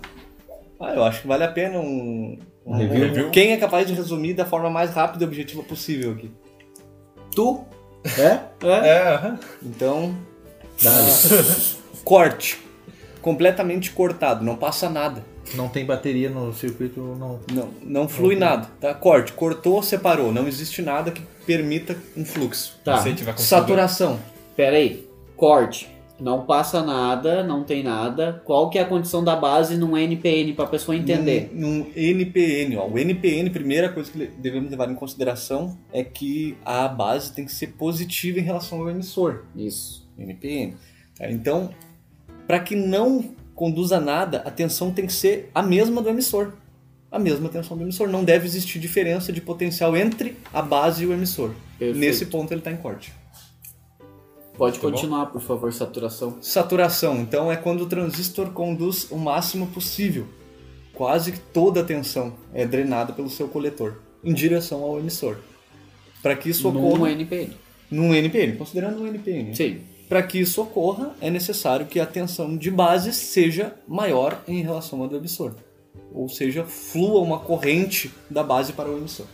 Speaker 2: Ah, eu acho que vale a pena um... um-
Speaker 3: Review?
Speaker 2: um- Quem é capaz de resumir da forma mais rápida e objetiva possível aqui.
Speaker 1: Tu?
Speaker 3: É?
Speaker 4: *laughs*
Speaker 1: É? Tá,
Speaker 4: É, aham.
Speaker 2: Então,
Speaker 3: Dá.
Speaker 2: corte. Completamente cortado, não passa nada.
Speaker 3: Não tem bateria no circuito, não.
Speaker 2: Não, não flui nada, tá? Corte, cortou, separou. Não existe nada que permita um fluxo.
Speaker 1: Tá,
Speaker 4: Se tiver com
Speaker 2: Saturação.
Speaker 1: pera aí. Corte. Não passa nada, não tem nada. Qual que é a condição da base num NPN pra pessoa entender?
Speaker 2: Num, num NPN, ó. O NPN, primeira coisa que le- devemos levar em consideração é que a base tem que ser positiva em relação ao emissor.
Speaker 1: Isso.
Speaker 2: NPN. tá? Então, Para que não conduza a nada, a tensão tem que ser a mesma do emissor. A mesma tensão do emissor. Não deve existir diferença de potencial entre a base e o emissor.
Speaker 1: Perfeito.
Speaker 2: Nesse ponto ele está em corte.
Speaker 1: Pode
Speaker 4: Tá bom?
Speaker 1: continuar, por favor, saturação.
Speaker 2: Saturação, então, é quando o transistor conduz o máximo possível. Quase que toda a tensão é drenada pelo seu coletor em direção ao emissor. Para que isso
Speaker 1: Numa
Speaker 2: ocorra
Speaker 1: NPN.
Speaker 2: num NPN, considerando um NPN.
Speaker 1: Sim.
Speaker 2: Para que isso ocorra, é necessário que a tensão de base seja maior em relação à do emissor. Ou seja, flua uma corrente da base para o emissor.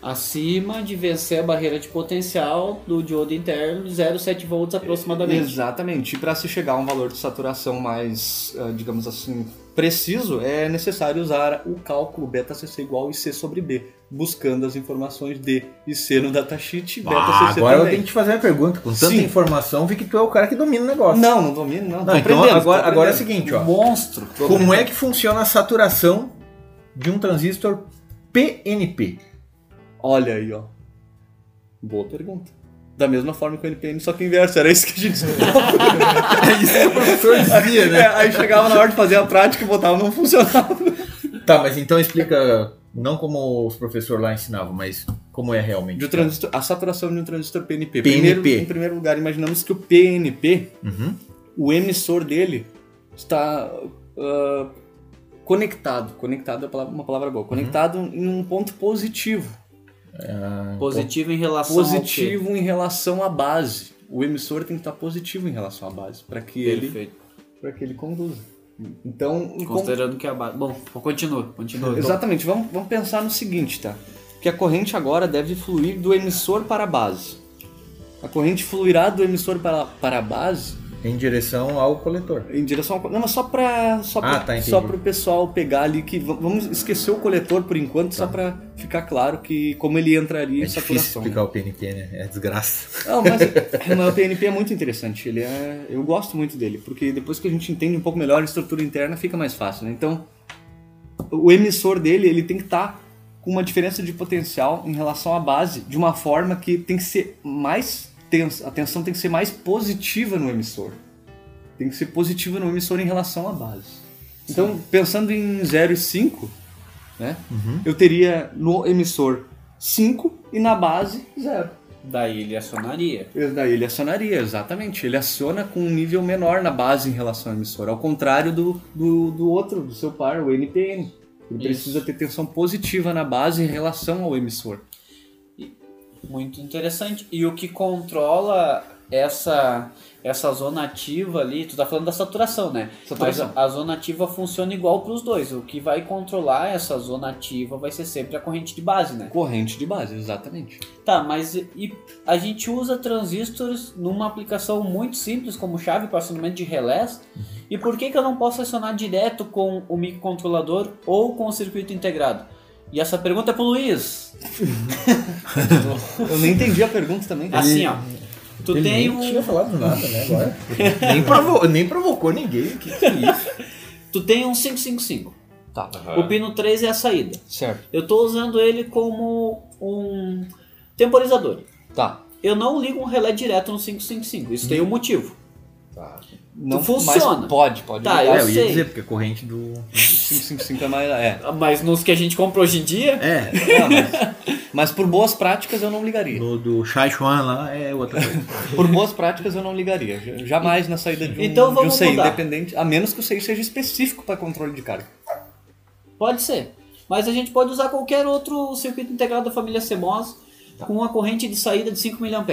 Speaker 1: Acima de vencer a barreira de potencial do diodo interno, 0,7 volts aproximadamente.
Speaker 2: Exatamente. E para se chegar a um valor de saturação mais, ah, digamos assim, preciso, é necessário usar o cálculo beta CC igual IC sobre B, buscando as informações de IC no datasheet e beta
Speaker 3: Ah,
Speaker 2: CC
Speaker 3: agora eu
Speaker 2: também.
Speaker 3: tenho que te fazer uma pergunta. Com tanta
Speaker 2: Sim.
Speaker 3: informação, vi que tu é o cara que domina o negócio.
Speaker 2: Não, não domino, não.
Speaker 3: Não,
Speaker 2: Tô
Speaker 3: então
Speaker 2: aprendendo, tô
Speaker 3: agora, agora é o
Speaker 2: aprendendo.
Speaker 3: seguinte, ó.
Speaker 1: Monstro.
Speaker 3: Como é que funciona a saturação de um transistor *laughs* PNP?
Speaker 2: Olha aí, ó. Boa pergunta. Da mesma forma que o NPN, só que inverso. Era isso que a
Speaker 3: *laughs*
Speaker 2: gente
Speaker 3: É isso que o professor dizia, né?
Speaker 2: É, Aí chegava na hora de fazer a prática e botava, não funcionava.
Speaker 3: Tá, mas então explica, não como os professores lá ensinavam, mas como é realmente.
Speaker 2: De um transistor, a saturação de um transistor PNP.
Speaker 3: PNP.
Speaker 2: Primeiro, em primeiro lugar, imaginamos que o PNP
Speaker 3: Uhum.
Speaker 2: o emissor dele está ah, conectado, conectado é a palavra- uma palavra boa, conectado em um ponto positivo,
Speaker 1: Positivo em relação ao
Speaker 2: positivo em relação à base. O emissor tem que estar positivo em relação à base para que
Speaker 1: quê?
Speaker 2: ele
Speaker 1: Perfeito.
Speaker 2: para que ele conduza. Então, o con-
Speaker 1: Considerando que a base... Bom, continua, continua.
Speaker 3: Então-
Speaker 2: Exatamente. Vamos, vamos pensar no seguinte, tá? Que a corrente agora deve fluir do emissor para a base. A corrente fluirá do emissor para, para a base
Speaker 3: Em direção ao coletor.
Speaker 2: em direção ao... Não, mas só pra... Só pra,
Speaker 3: Ah, tá, entendi.
Speaker 2: só pro pessoal pegar ali que... v- Vamos esquecer o coletor por enquanto, só pra ficar claro que como ele entraria em
Speaker 3: Tá. É difícil
Speaker 2: saturação.
Speaker 3: explicar o PNP, né? É desgraça.
Speaker 2: Não, mas, mas o PNP é muito interessante. Ele é, eu gosto muito dele, porque depois que a gente entende um pouco melhor a estrutura interna, fica mais fácil. Né? Então, o emissor dele ele tem que estar com uma diferença de potencial em relação à base, de uma forma que tem que ser mais tensa. A tensão tem que ser mais positiva no emissor. Tem que ser positiva no emissor em relação à base. Então, pensando em 0 e 5, né, eu teria no emissor 5 e na base 0.
Speaker 1: Daí ele acionaria.
Speaker 2: Esse Daí ele acionaria, exatamente. Ele aciona com um nível menor na base em relação ao emissor, ao contrário do, do, do outro, do seu par, o NPN. Ele
Speaker 1: Isso.
Speaker 2: precisa ter tensão positiva na base em relação ao emissor.
Speaker 1: Muito interessante. E o que controla essa, essa zona ativa ali, tu tá falando da saturação, né? Mas
Speaker 2: Saturação.
Speaker 1: a, a zona ativa funciona igual pros dois. O que vai controlar essa zona ativa vai ser sempre a corrente de base, né?
Speaker 2: Corrente de base, exatamente.
Speaker 1: Tá, mas e- e a gente usa transistores numa aplicação muito simples como chave para acionamento de relés. E por que, que eu não posso acionar direto com o microcontrolador ou com o circuito integrado? E essa pergunta é pro Luiz.
Speaker 2: Eu nem entendi a pergunta também.
Speaker 1: Assim, ó. Tu
Speaker 3: Ele
Speaker 1: tem
Speaker 3: nem
Speaker 1: um-
Speaker 3: tinha falado nada, né? Agora. *laughs* nem, provo- nem provocou ninguém. Que que é isso?
Speaker 1: Tu tem um 555.
Speaker 2: Tá,
Speaker 4: Aham.
Speaker 1: O pino 3 é a saída.
Speaker 2: certo.
Speaker 1: Eu tô usando ele como um temporizador.
Speaker 2: Tá.
Speaker 1: Eu não ligo um relé direto no 555. Isso tem um motivo.
Speaker 4: Tá.
Speaker 2: Não
Speaker 1: funciona.
Speaker 2: Mas pode, pode.
Speaker 1: Tá,
Speaker 2: ligar.
Speaker 3: é,
Speaker 1: eu
Speaker 3: eu ia
Speaker 1: sei.
Speaker 3: dizer, porque a corrente do.
Speaker 2: 555 é mais. É.
Speaker 1: Mas nos que a gente compra hoje em dia,
Speaker 3: É,
Speaker 2: Não, mas, mas por boas práticas eu não ligaria.
Speaker 3: no, do Shai Chuan lá é outra coisa. *laughs*
Speaker 2: Por boas práticas eu não ligaria. Ja- Jamais na saída de um,
Speaker 1: Então
Speaker 2: de um
Speaker 1: vamos
Speaker 2: CI
Speaker 1: mudar.
Speaker 2: independente, a menos que o CI seja específico para controle de carga.
Speaker 1: pode ser. Mas a gente pode usar qualquer outro circuito integrado da família CMOS com uma corrente de saída de 5 mA.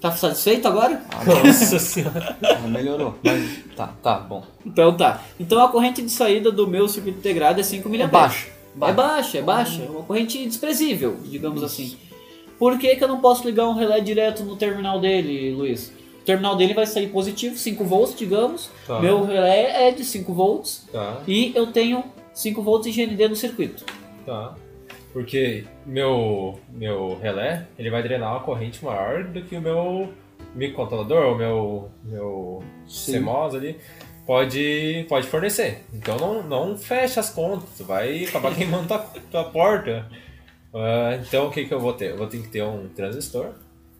Speaker 1: Tá satisfeito agora?
Speaker 2: *laughs*
Speaker 4: Nossa senhora.
Speaker 2: Ah, melhorou. Mas, tá, tá, bom.
Speaker 1: Então tá. Então a corrente de saída do meu circuito integrado é 5 mA.
Speaker 2: É baixo.
Speaker 1: É baixa, é baixa. É uma corrente desprezível, digamos assim. Por que, que eu não posso ligar um relé direto no terminal dele, Luiz? O terminal dele vai sair positivo, 5 volts, digamos.
Speaker 4: Tá.
Speaker 1: Meu relé é de 5 volts.
Speaker 4: Tá,
Speaker 1: E eu tenho 5 volts de GND no circuito.
Speaker 4: tá. Porque meu, meu relé, ele vai drenar uma corrente maior do que o meu microcontrolador, o meu, meu CMOS ali, pode, pode fornecer. Então não, não fecha as contas, tu vai acabar queimando tua, tua porta. Ah, então o que, que eu vou ter? Eu vou ter que ter um transistor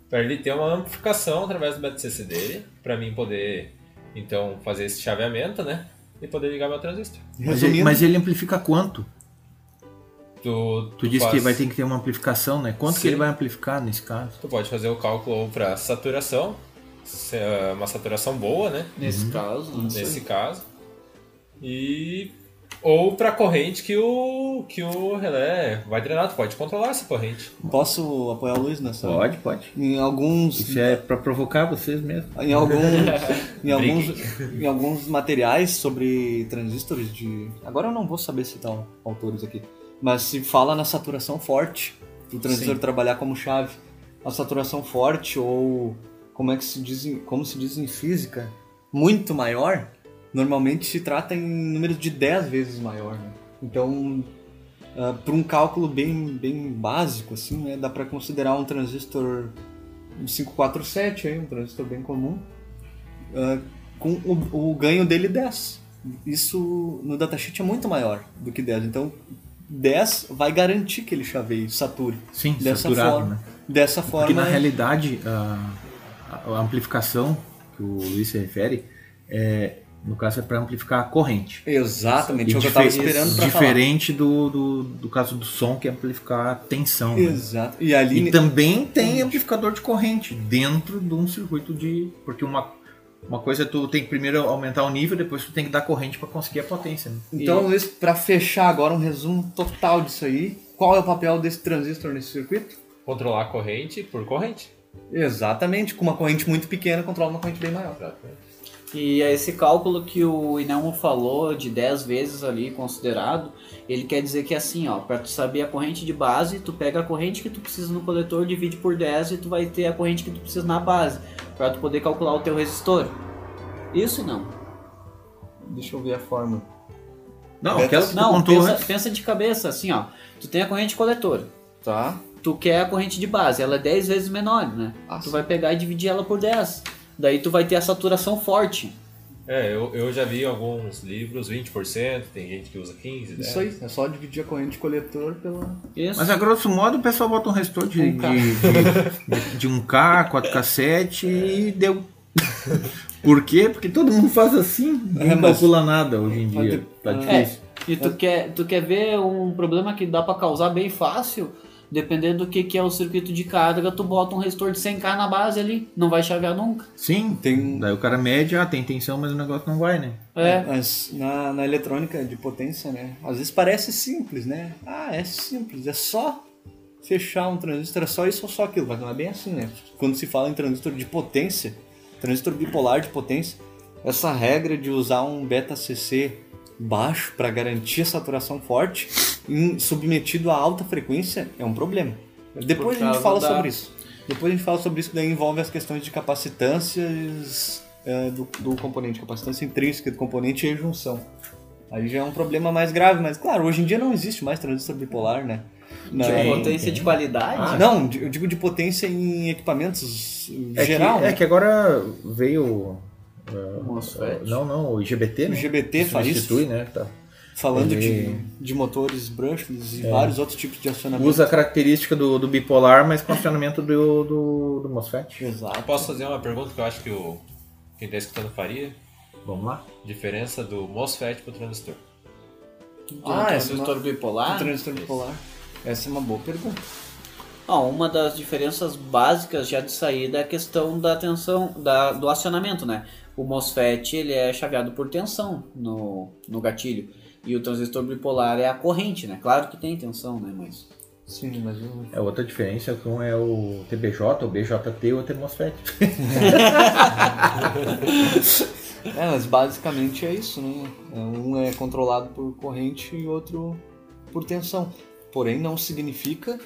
Speaker 4: para ele ter uma amplificação através do BTCC dele, para mim poder Então, fazer esse chaveamento, né? E poder ligar meu transistor.
Speaker 3: Mas ele, mas ele amplifica quanto?
Speaker 4: Tu,
Speaker 3: Tu disse que
Speaker 4: faz-
Speaker 3: vai ter que ter uma amplificação, né? Quanto que
Speaker 4: Sim.
Speaker 3: ele vai amplificar nesse caso?
Speaker 4: Tu pode fazer o cálculo para saturação, se é uma saturação boa, né?
Speaker 1: Nesse caso,
Speaker 2: Ah,
Speaker 1: não sei.
Speaker 4: Nesse caso. E ou para corrente que o que o relé vai drenar, tu pode controlar essa corrente.
Speaker 2: Posso apoiar o Luiz nessa?
Speaker 3: pode.
Speaker 2: Em alguns.
Speaker 3: Isso é pra provocar vocês mesmo.
Speaker 2: Em alguns, em, alguns, em alguns materiais sobre transistores de. Agora eu não vou saber citar autores aqui. Mas se fala na saturação forte, do transistor trabalhar como chave. A saturação forte, ou como é que se diz, em- como se diz em física, muito maior, normalmente se trata em números de 10 vezes maior. né? Então, para um cálculo bem, bem básico, assim, né, dá para considerar um transistor um 547, aí, um transistor bem comum, ah, com o, o ganho dele 10. Isso no datasheet é muito maior do que 10. Então, 10 vai garantir que ele chaveie, sature.
Speaker 3: Sim,
Speaker 2: Dessa
Speaker 3: saturado,
Speaker 2: forma.
Speaker 3: né?
Speaker 2: Dessa
Speaker 3: Porque
Speaker 2: forma,
Speaker 3: na realidade a, a- a amplificação que o Luiz se refere, é, no caso é para amplificar a corrente.
Speaker 2: Exatamente, é o que eu
Speaker 3: dife-
Speaker 2: tava esperando pra
Speaker 3: diferente do, do, do caso do som, que é amplificar a tensão.
Speaker 2: falar.
Speaker 3: né?
Speaker 2: Exato. E ali
Speaker 3: E também tem amplificador de corrente dentro de um circuito de. Porque uma, uma coisa é tu tem que primeiro aumentar o nível, depois tu tem que dar corrente para conseguir a potência. né?
Speaker 2: Então, Luiz, para fechar agora um resumo total disso aí, qual é o papel desse transistor nesse circuito?
Speaker 4: Controlar a corrente por corrente.
Speaker 2: Exatamente, com uma corrente muito pequena controla uma corrente bem maior.
Speaker 1: E é esse cálculo que o Inelmo falou de 10 vezes ali considerado, ele quer dizer que assim, ó, para tu saber a corrente de base, tu pega a corrente que tu precisa no coletor, divide por 10 e tu vai ter a corrente que tu precisa na base, para tu poder calcular o teu resistor. Isso não.
Speaker 2: Deixa eu ver a fórmula.
Speaker 3: Não,
Speaker 2: Deve-
Speaker 3: aquela que tu
Speaker 1: Não,
Speaker 3: contou
Speaker 1: pensa,
Speaker 3: antes.
Speaker 1: pensa de cabeça, assim, ó. Tu tem a corrente coletora,
Speaker 2: Tá.
Speaker 1: tu quer a corrente de base, ela é 10 vezes menor, né?
Speaker 2: Ah,
Speaker 1: tu
Speaker 2: sim.
Speaker 1: vai pegar e dividir ela por 10. Daí tu vai ter a saturação forte.
Speaker 4: É, eu, eu já vi em alguns livros 20%, tem gente que usa 15,
Speaker 2: Isso
Speaker 4: 10.
Speaker 2: aí, é só dividir a corrente coletor pela.
Speaker 1: Isso.
Speaker 3: Mas a grosso modo o pessoal bota um restor de,
Speaker 2: Um
Speaker 3: de,
Speaker 2: K.
Speaker 3: de, um de 1K, 4K7 e deu. *laughs* Por quê? Porque todo mundo faz assim, não
Speaker 2: É, mas-
Speaker 3: calcula nada hoje em
Speaker 2: Mas
Speaker 3: dia.
Speaker 2: de-
Speaker 3: Tá
Speaker 2: é.
Speaker 3: difícil.
Speaker 1: E tu quer, tu quer ver um problema que dá pra causar bem fácil, dependendo do que, que é o circuito de carga, tu bota um resistor de 100k na base ali, não vai chavear nunca.
Speaker 3: Sim,
Speaker 2: Tem-
Speaker 3: daí o cara mede, ah, tem tensão, mas o negócio não vai, né?
Speaker 1: É.
Speaker 2: Mas na, na eletrônica de potência, né? Às vezes parece simples, né? Ah, é simples, é só fechar um transistor, é só isso ou só aquilo, mas não é bem assim, né? Quando se fala em transistor de potência, transistor bipolar de potência, essa regra de usar um beta CC baixo para garantir a saturação forte, em- submetido a alta frequência, é um problema. Depois a gente
Speaker 1: causa
Speaker 2: fala
Speaker 1: da-
Speaker 2: sobre isso. Depois a gente fala sobre isso, que daí envolve as questões de capacitâncias é, do, do componente, capacitância intrínseca do componente e junção. Aí já é um problema mais grave, mas claro, hoje em dia não existe mais transistor bipolar, né? Na-
Speaker 1: De
Speaker 3: Tem,
Speaker 1: potência
Speaker 3: tem.
Speaker 1: de qualidade.
Speaker 2: Não, eu digo de potência em equipamentos em
Speaker 3: É,
Speaker 2: geral.
Speaker 3: que, é
Speaker 2: né?
Speaker 3: que agora veio. uh,
Speaker 1: MOSFET.
Speaker 3: não, não, o IGBT,
Speaker 2: O
Speaker 3: né?
Speaker 2: GBT faz isso,
Speaker 3: substitui, né? Tá.
Speaker 2: falando de,
Speaker 3: Ele-
Speaker 2: de motores brushless e vários outros tipos de acionamento.
Speaker 3: Usa a característica do, do bipolar, mas com acionamento do, do, do MOSFET.
Speaker 4: Eu
Speaker 2: Exato.
Speaker 4: posso fazer uma pergunta que eu acho que o quem tá escutando faria?
Speaker 3: Vamos lá.
Speaker 4: Diferença do MOSFET pro transistor.
Speaker 2: Ah,
Speaker 3: é
Speaker 1: ah,
Speaker 3: um
Speaker 2: essa
Speaker 1: transistor
Speaker 2: O
Speaker 1: bipolar.
Speaker 2: transistor bipolar. Essa é uma boa pergunta.
Speaker 1: Ah, uma das diferenças básicas já de saída é a questão da tensão, da, do acionamento, né? O MOSFET ele é chaveado por tensão no, no gatilho. E o transistor bipolar é a corrente, né? Claro que tem tensão, né? Mas.
Speaker 2: Sim, mas eu...
Speaker 3: É outra diferença, que um é o TBJ, o BJT e o outro é MOSFET.
Speaker 2: É, mas basicamente é isso, né? É, Um é controlado por corrente e outro por tensão. Porém, não significa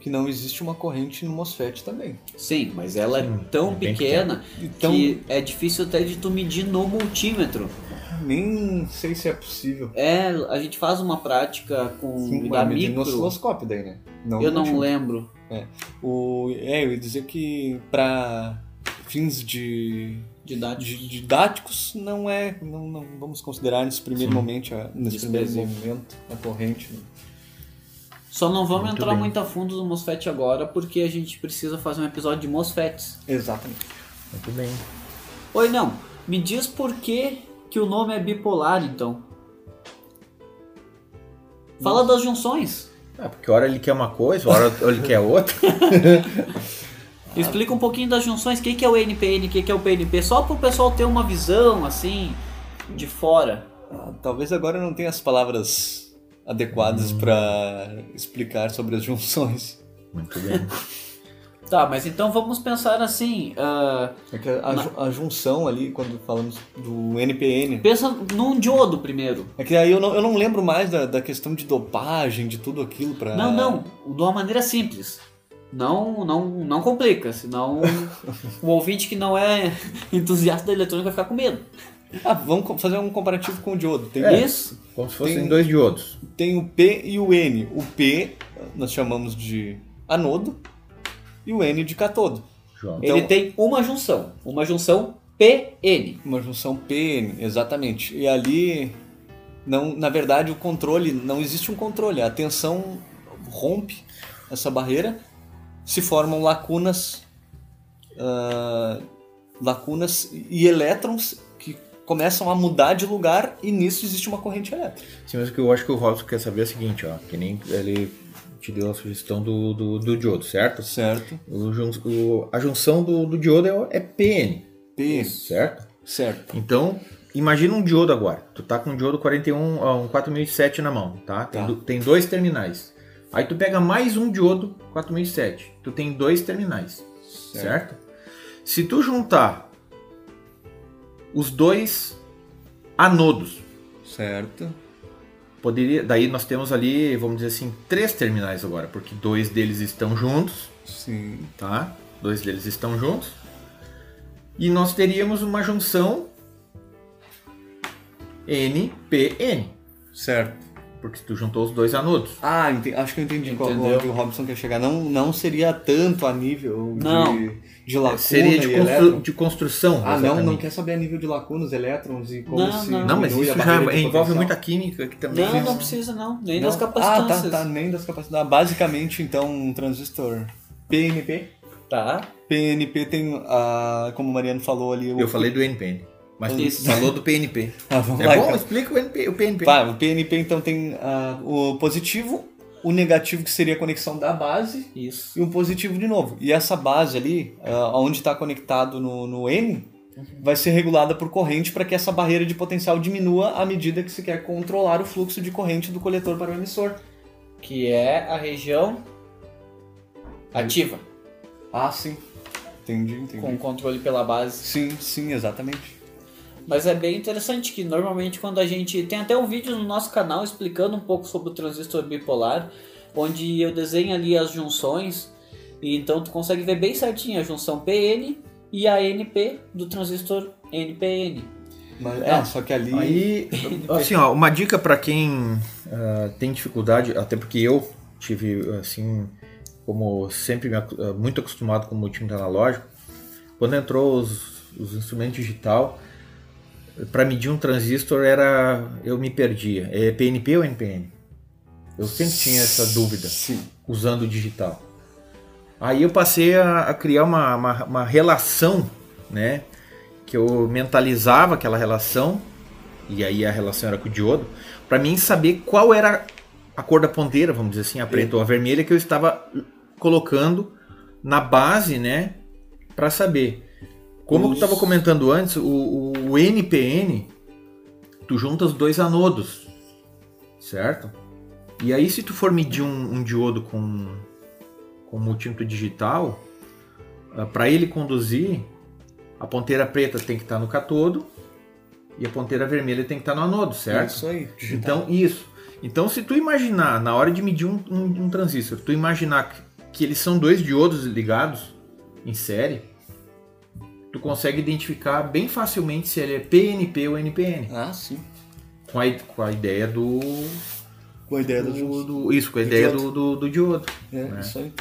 Speaker 2: que não existe uma corrente no MOSFET também.
Speaker 1: Sim, mas ela
Speaker 3: Sim,
Speaker 1: é tão
Speaker 3: é bem
Speaker 1: pequena
Speaker 2: Então,
Speaker 1: que é difícil até de tu medir no multímetro.
Speaker 2: nem sei se é possível.
Speaker 1: É, a gente faz uma prática com
Speaker 2: Sim,
Speaker 1: da
Speaker 2: vai medir no
Speaker 1: micro.
Speaker 2: osciloscópio daí, né?
Speaker 1: Eu não
Speaker 2: contigo.
Speaker 1: lembro.
Speaker 2: O, é, eu ia dizer que para fins de,
Speaker 1: Didático.
Speaker 2: de- didáticos não é, não, não vamos considerar nesse primeiro
Speaker 3: Sim.
Speaker 2: momento, a- nesse primeiro
Speaker 1: Desprezível.
Speaker 2: momento a corrente. né?
Speaker 1: Só não vamos
Speaker 3: Muito
Speaker 1: entrar
Speaker 3: bem.
Speaker 1: muito a fundo no MOSFET agora, porque a gente precisa fazer um episódio de MOSFETs.
Speaker 2: Exatamente.
Speaker 3: Muito bem.
Speaker 1: Oi, não. Me diz por que, que o nome é bipolar, então. Fala das junções.
Speaker 3: Ah, porque hora ele quer uma coisa, hora ele quer outra.
Speaker 2: Ah.
Speaker 1: Explica um pouquinho das junções, o que, que é o NPN, o que, que é o PNP, só pro pessoal ter uma visão, assim, de fora.
Speaker 2: Ah, Talvez agora eu não tenha as palavras adequadas pra explicar sobre as junções.
Speaker 3: Muito bem.
Speaker 1: Tá, mas então vamos pensar assim, ah,
Speaker 2: É que a, ju- a junção ali, quando falamos do NPN.
Speaker 1: pensa num diodo primeiro.
Speaker 2: É que aí eu não, eu não lembro mais da, da questão de dopagem, de tudo aquilo pra.
Speaker 1: Não, não, de uma maneira simples. Não, não, não complica,
Speaker 2: *laughs*
Speaker 1: senão o ouvinte que não é entusiasta da eletrônica vai ficar com medo.
Speaker 2: Ah, vamos co- fazer um comparativo com o diodo. Tem, o-
Speaker 1: Isso?
Speaker 3: Como se fossem
Speaker 2: Tem-
Speaker 3: dois diodos.
Speaker 2: tem o P e o N. O P nós chamamos de anodo e o N de catodo.
Speaker 3: João.
Speaker 2: Então-
Speaker 1: Ele tem uma junção, uma junção PN.
Speaker 2: Uma junção PN, exatamente. E ali, não, na verdade, o controle, não existe um controle. A tensão rompe essa barreira, se formam lacunas, ah, lacunas e elétrons que começam a mudar de lugar e nisso existe uma corrente elétrica.
Speaker 3: Sim, mas o que eu acho que o Robson quer saber é o seguinte, ó. Que nem ele te deu a sugestão do, do, do diodo, certo?
Speaker 2: Certo.
Speaker 3: O jun- o- a junção do, do diodo é, o- é PN,
Speaker 2: P,
Speaker 3: certo?
Speaker 2: certo.
Speaker 3: Então, imagina um diodo agora. Tu tá com um diodo 41, ó, um 4007 na mão, tá? Tem,
Speaker 2: Tá.
Speaker 3: do- tem dois terminais. Aí tu pega mais um diodo 4007. Tu tem dois terminais, certo? Se tu juntar os dois anodos,
Speaker 2: Certo.
Speaker 3: poderia, daí nós temos ali, vamos dizer assim, três terminais agora, porque dois deles estão juntos,
Speaker 2: Sim.
Speaker 3: tá? Dois deles estão juntos. E nós teríamos uma junção NPN,
Speaker 2: Certo.
Speaker 3: porque tu juntou os dois anodos.
Speaker 2: Ah, ente- acho que eu entendi qual
Speaker 1: Entendeu?
Speaker 2: onde o Robson quer chegar. Não, não seria tanto a nível
Speaker 1: Não.
Speaker 2: de, de lacuna
Speaker 3: Seria de,
Speaker 2: e
Speaker 3: constru-
Speaker 2: elétrons.
Speaker 3: de construção.
Speaker 2: Ah, não, não
Speaker 3: exatamente.
Speaker 2: quer saber a nível de lacunas, elétrons e como
Speaker 1: Não,
Speaker 2: se...
Speaker 1: não.
Speaker 3: Não, mas
Speaker 2: diminui
Speaker 3: isso
Speaker 2: a barreira
Speaker 3: já
Speaker 2: de
Speaker 3: envolve
Speaker 2: potencial.
Speaker 3: muita química que também.
Speaker 1: Não, não precisa não, nem
Speaker 2: é- Não?
Speaker 1: das capacitâncias.
Speaker 2: Ah, tá, tá, nem das capacidades. Basicamente, então, um transistor PNP.
Speaker 1: Tá.
Speaker 2: PNP tem, a, como o Mariano falou ali... o-
Speaker 3: Eu falei do NPN. Mas tu
Speaker 1: Isso.
Speaker 3: falou do PNP.
Speaker 2: *laughs* Ah, vamos
Speaker 3: É
Speaker 2: lá,
Speaker 3: bom?
Speaker 2: então.
Speaker 3: Explica o, NP, o PNP.
Speaker 2: Tá, o PNP, então, tem ah, o positivo, o negativo, que seria a conexão da base,
Speaker 1: Isso.
Speaker 2: e um positivo de novo. E essa base ali, ah, onde está conectado no, no N, vai ser regulada por corrente para que essa barreira de potencial diminua à medida que se quer controlar o fluxo de corrente do coletor para o emissor.
Speaker 1: Que é a região ativa,
Speaker 2: Ah, sim. Entendi, entendi.
Speaker 1: com controle pela base.
Speaker 2: Sim, sim, exatamente.
Speaker 1: Mas é bem interessante que normalmente quando a gente. Tem até um vídeo no nosso canal explicando um pouco sobre o transistor bipolar, onde eu desenho ali as junções, e então tu consegue ver bem certinho a junção PN e a NP do transistor NPN.
Speaker 2: Mas, é, só que ali...
Speaker 3: Aí, assim, ó, uma dica pra quem ah, tem dificuldade, até porque eu tive, assim, como sempre me acu- ah, muito acostumado com o multímetro analógico, quando entrou os, os instrumentos digital, pra medir um transistor era, eu me perdia. É PNP ou NPN? Eu sempre tinha essa dúvida
Speaker 2: Sim.
Speaker 3: usando o digital. Aí eu passei a, a criar uma, uma, uma relação, né? Que eu mentalizava aquela relação, e aí a relação era com o diodo, para mim saber qual era a cor da ponteira, vamos dizer assim, a preta ou a vermelha, que eu estava colocando na base, né? Para saber. Como eu estava comentando antes, o, o- o NPN, tu junta os dois anodos, certo? E aí, se tu for medir um, um diodo com, com multímetro digital, para ele conduzir, a ponteira preta tem que estar no catodo e a ponteira vermelha tem que estar no anodo, certo?
Speaker 2: Isso aí. digital.
Speaker 3: Então, isso. Então, se tu imaginar, na hora de medir um, um- um transistor, tu imaginar que, que eles são dois diodos ligados em série, tu consegue identificar bem facilmente se ele é PNP ou NPN.
Speaker 2: Ah, sim.
Speaker 3: Com a, i- com a ideia do,
Speaker 2: Boa ideia da
Speaker 3: do,
Speaker 2: junção.
Speaker 3: do- Isso, com a
Speaker 2: Do
Speaker 3: ideia do,
Speaker 2: diodo.
Speaker 3: do, do diodo.
Speaker 2: É, isso aí.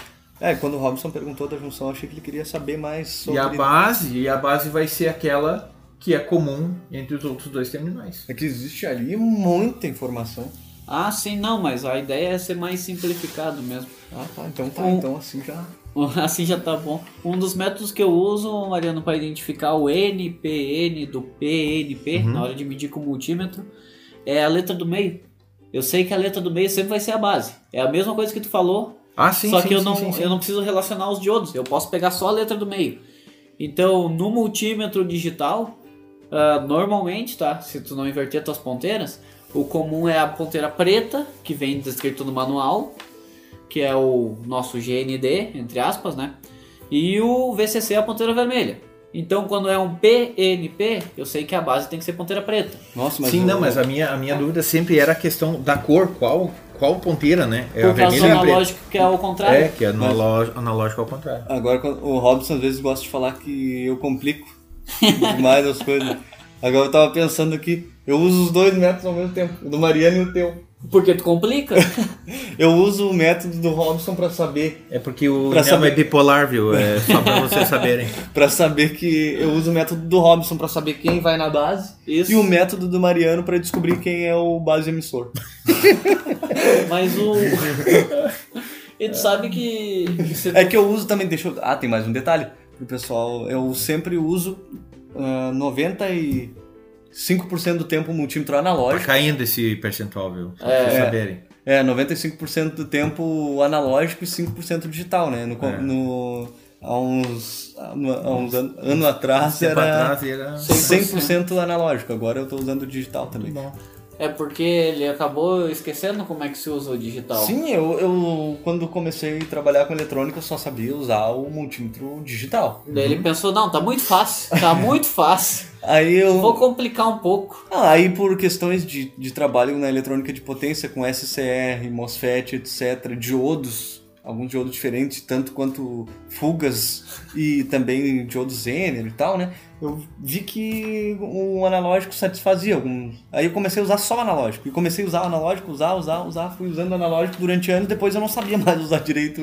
Speaker 2: É, quando o Robson perguntou da junção, eu achei que ele queria saber mais
Speaker 3: E
Speaker 2: sobre...
Speaker 3: a base, e a base vai ser aquela que é comum entre os outros dois terminais.
Speaker 2: É que existe ali muita informação.
Speaker 1: Ah, sim, não, mas a ideia é ser mais simplificado mesmo.
Speaker 2: Ah, tá. Então tá.
Speaker 1: Um-
Speaker 2: Então assim já...
Speaker 1: *laughs* Assim já tá bom. Um dos métodos que eu uso, Mariano, para identificar o NPN do PNP,
Speaker 3: Uhum.
Speaker 1: na hora de medir com o multímetro, é a letra do meio. Eu sei que a letra do meio sempre vai ser a base. É a mesma coisa que tu falou,
Speaker 3: Ah, sim,
Speaker 1: só
Speaker 3: sim,
Speaker 1: que eu
Speaker 3: sim,
Speaker 1: não,
Speaker 3: sim, sim.
Speaker 1: eu não preciso relacionar os diodos, eu posso pegar só a letra do meio. Então, no multímetro digital, ah, normalmente, tá? Se tu não inverter tuas ponteiras, o comum é a ponteira preta, que vem descrito no manual, que é o nosso GND, entre aspas, né? E o VCC é a ponteira vermelha. Então, quando é um PNP, eu sei que a base tem que ser ponteira preta.
Speaker 2: Nossa, mas
Speaker 3: Sim,
Speaker 2: o-
Speaker 3: não, mas a minha, a
Speaker 1: Ah.
Speaker 3: minha dúvida sempre era a questão da cor, qual, qual ponteira, né? É a
Speaker 1: Por causa do
Speaker 3: vermelha e a preta.
Speaker 1: analógico, que é o contrário.
Speaker 3: É, que é analógico, analógico ao contrário.
Speaker 2: Agora quando- o Robson às vezes gosta de falar que eu *laughs* complico demais as coisas. Agora eu tava pensando que eu uso os dois métodos ao mesmo tempo, o do Mariano e o teu.
Speaker 1: Porque tu
Speaker 3: *laughs*
Speaker 1: complica.
Speaker 2: Eu uso o método do Robson pra saber,
Speaker 3: É porque o
Speaker 2: Pra
Speaker 3: Nelmo
Speaker 2: saber.
Speaker 3: é bipolar, viu? É só pra vocês saberem.
Speaker 2: para saber que eu uso o método do Robson pra saber quem vai na base
Speaker 1: Isso.
Speaker 2: e o método do Mariano pra descobrir quem é o base emissor.
Speaker 1: Mas
Speaker 2: *laughs*
Speaker 1: o. e tu sabe que. se-
Speaker 2: É que eu uso também, deixa eu... Ah, tem mais um detalhe. pro Pessoal, eu sempre uso ah, 95% do tempo o multímetro
Speaker 3: Tá
Speaker 2: analógico.
Speaker 3: caindo esse percentual, viu? Só pra vocês saberem.
Speaker 2: É, 95% do tempo analógico e 5% digital, né? No,
Speaker 3: É.
Speaker 2: co- no- há uns, há um- há uns an- ano atrás
Speaker 3: Tempo
Speaker 2: era
Speaker 3: atrás era...
Speaker 2: 100% analógico, agora eu tô usando o digital também.
Speaker 1: É porque ele acabou esquecendo como é que se usa o digital.
Speaker 2: Sim, eu, eu quando comecei a trabalhar com eletrônica eu só sabia usar o multímetro digital.
Speaker 1: Daí ele pensou, não, tá muito fácil,
Speaker 2: *laughs*
Speaker 1: tá muito fácil.
Speaker 2: Aí eu
Speaker 1: Vou complicar um pouco.
Speaker 2: Ah, aí por questões de, de trabalho na eletrônica de potência com SCR, MOSFET, etc, diodos, alguns diodos diferentes, tanto quanto fugas e também diodos Zener e tal, né? Eu vi que o analógico satisfazia algum. Aí eu comecei a usar só o analógico. E comecei a usar o analógico, usar, usar, usar, fui usando o analógico durante anos, depois eu não sabia *laughs* mais usar direito.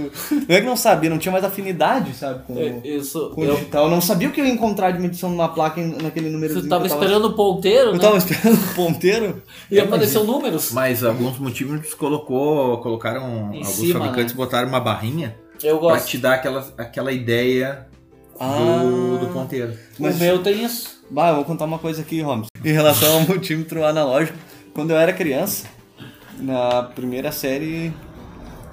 Speaker 2: Não é que não sabia, não tinha mais afinidade, sabe? Com,
Speaker 1: É, Isso.
Speaker 2: com o
Speaker 1: Eu,
Speaker 2: digital. Eu não sabia o que eu ia encontrar de medição numa placa em- naquele número
Speaker 1: você tava esperando o ponteiro,
Speaker 2: eu
Speaker 1: né?
Speaker 2: tava esperando o ponteiro?
Speaker 1: E apareceu números.
Speaker 3: Mas alguns motivos colocou, colocaram,
Speaker 1: Em
Speaker 3: alguns
Speaker 1: cima, né?
Speaker 3: fabricantes botaram uma barrinha
Speaker 1: Eu
Speaker 3: pra
Speaker 1: gosto.
Speaker 3: te dar aquela, aquela ideia
Speaker 2: Ah.
Speaker 3: do, do ponteiro.
Speaker 1: O
Speaker 2: Mas,
Speaker 1: meu tem isso.
Speaker 2: bah, eu vou contar uma coisa aqui, Holmes. Em relação ao multímetro analógico, quando eu era criança, na primeira série.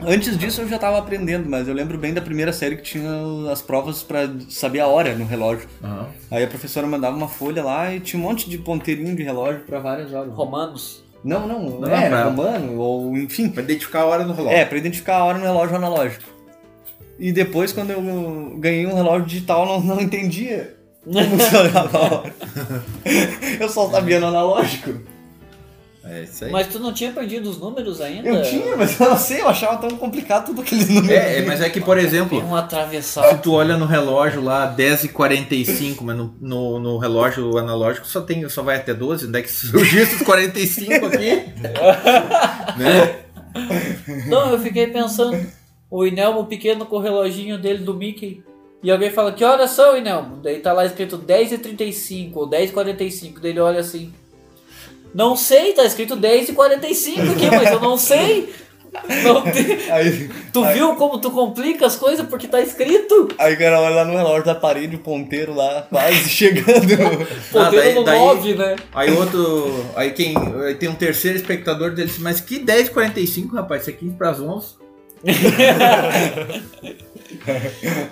Speaker 2: Antes disso eu já tava aprendendo, mas eu lembro bem da primeira série que tinha as provas pra saber a hora no relógio.
Speaker 3: Aham.
Speaker 2: Aí a professora mandava uma folha lá e tinha um monte de ponteirinho de relógio pra várias horas.
Speaker 1: Romanos.
Speaker 2: Não, não,
Speaker 3: Não,
Speaker 2: é,
Speaker 3: pra-
Speaker 2: romano, ou enfim.
Speaker 3: Pra identificar a hora do relógio.
Speaker 2: É, pra identificar a hora no relógio analógico. E depois, quando eu ganhei um relógio digital, eu não, não entendia como funcionava a
Speaker 3: *laughs*
Speaker 2: hora. Eu só sabia no analógico.
Speaker 3: É, isso aí.
Speaker 1: Mas tu não tinha perdido os números ainda?
Speaker 2: Eu tinha, mas eu não sei, eu achava tão complicado tudo aqueles números.
Speaker 3: É, é, mas é que, por exemplo,
Speaker 1: Um
Speaker 3: se
Speaker 1: atravessado.
Speaker 3: tu olha no relógio lá 10h45, mas no, no, no relógio analógico só, tem, só vai até 12, onde é que surgiu esses 45 aqui? né?
Speaker 1: Não, eu fiquei pensando. O Inelmo pequeno com o reloginho dele do Mickey. E alguém fala, que horas são, Inelmo? Daí tá lá escrito 10h35 ou 10h45. Daí ele olha assim. Não sei, tá escrito 10h45 aqui, mas eu não sei. Não te-
Speaker 2: Aí,
Speaker 1: Tu viu como tu complica as coisas porque tá escrito?
Speaker 2: aí o cara olha lá no relógio da parede, o ponteiro lá, quase *laughs* chegando.
Speaker 3: Ah, daí-
Speaker 1: Ponteiro no
Speaker 3: daí-
Speaker 1: 9, né?
Speaker 3: Aí outro. Aí quem. Aí tem um terceiro espectador dele disse, mas que 10h45, rapaz, isso é 15 pras 11.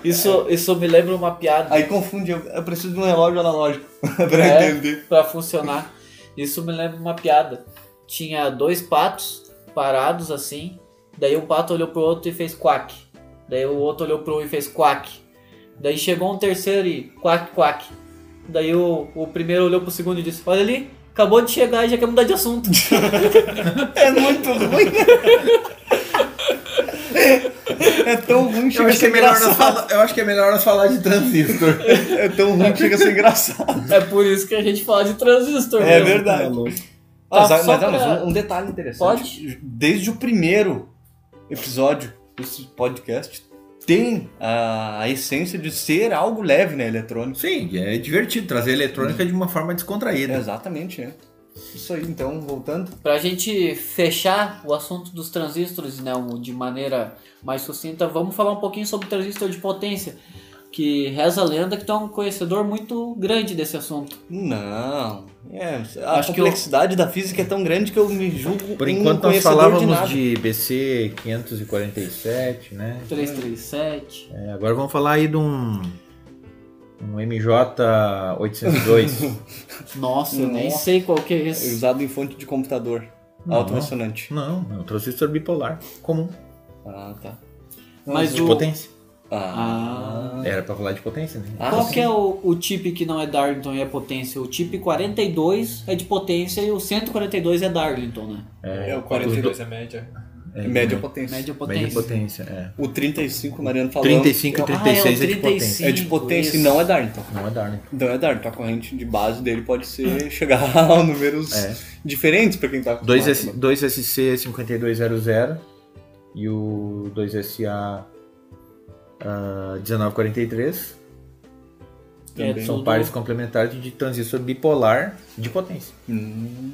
Speaker 1: Isso, isso me lembra uma piada.
Speaker 2: Aí confunde, eu, eu preciso de um relógio analógico *laughs* pra
Speaker 1: É.
Speaker 2: entender.
Speaker 1: pra funcionar. Isso me lembra uma piada. Tinha dois patos parados assim. Daí um pato olhou pro outro e fez quack. Daí o outro olhou pro um e fez quack. Daí chegou um terceiro e quack, quack. Daí o, o primeiro olhou pro segundo e disse: Olha ali, acabou de chegar e já quer mudar de assunto.
Speaker 2: É muito ruim. É tão ruim,
Speaker 3: Eu
Speaker 2: chega a
Speaker 3: acho, que é
Speaker 2: ser
Speaker 3: melhor
Speaker 2: engraçado.
Speaker 3: nós fala- eu acho que é melhor nós falar de transistor.
Speaker 2: É tão ruim que chega a ser engraçado.
Speaker 1: é por isso que a gente fala de transistor.
Speaker 2: É
Speaker 1: mesmo.
Speaker 2: verdade.
Speaker 1: Tá,
Speaker 2: *laughs* mas mas,
Speaker 1: só
Speaker 2: não,
Speaker 1: pra-
Speaker 2: mas um, um detalhe interessante. Desde o primeiro episódio desse podcast, tem a, a essência de ser algo leve né? na eletrônica. Hum.
Speaker 3: Sim, é divertido trazer eletrônica de uma forma descontraída.
Speaker 2: Exatamente, né? Isso aí, então, voltando.
Speaker 1: Pra gente fechar o assunto dos transistores, né, um- de maneira mais sucinta, vamos falar um pouquinho sobre o transistor de potência, que reza a lenda que tu é um conhecedor muito grande desse assunto.
Speaker 2: Não. É, a
Speaker 1: Acho que eu-
Speaker 2: complexidade da física é tão grande que eu me julgo
Speaker 3: Por
Speaker 2: um
Speaker 3: enquanto nós
Speaker 2: conhecedor
Speaker 3: falávamos
Speaker 2: de...
Speaker 3: de, BC 547, né?
Speaker 1: 337.
Speaker 3: É, agora vamos falar aí de um, um MJ
Speaker 2: *laughs*
Speaker 3: 802.
Speaker 1: Nossa, eu nem
Speaker 2: Nossa.
Speaker 1: sei qual que é
Speaker 2: nada.
Speaker 1: esse.
Speaker 2: Usado em fonte de computador.
Speaker 3: Não.
Speaker 2: Autoressonante.
Speaker 3: não, é um transistor bipolar comum,
Speaker 2: Ah, tá.
Speaker 1: Mas
Speaker 3: de
Speaker 1: o-
Speaker 3: potência.
Speaker 1: Ah.
Speaker 3: Era pra falar de potência, né?
Speaker 2: Ah,
Speaker 1: Qual
Speaker 2: sim.
Speaker 1: que é o, o chip que não é Darlington e é potência? O chip 42 é de potência e o 142 é Darlington, né?
Speaker 2: É o 42.
Speaker 4: 42 é média.
Speaker 3: É,
Speaker 2: Média
Speaker 3: né?
Speaker 2: potência.
Speaker 1: Média potência.
Speaker 3: Média potência, é.
Speaker 2: O 35, o Mariano falou.
Speaker 3: 35 e 36
Speaker 1: Ah, é
Speaker 3: é,
Speaker 1: o
Speaker 3: de potência.
Speaker 2: É de potência e
Speaker 1: Isso.
Speaker 2: não é Darlington.
Speaker 3: Não é Darling.
Speaker 2: Não é Darlington. A corrente de base dele pode
Speaker 1: Hum.
Speaker 2: ser chegar *laughs* a números
Speaker 3: É.
Speaker 2: diferentes pra quem tá acostumado.
Speaker 3: 2S, 2SC 5200 e o 2SA ah, 1943
Speaker 1: É,
Speaker 3: são
Speaker 1: tudo-
Speaker 3: pares complementares de transistor bipolar de potência.
Speaker 2: Hum.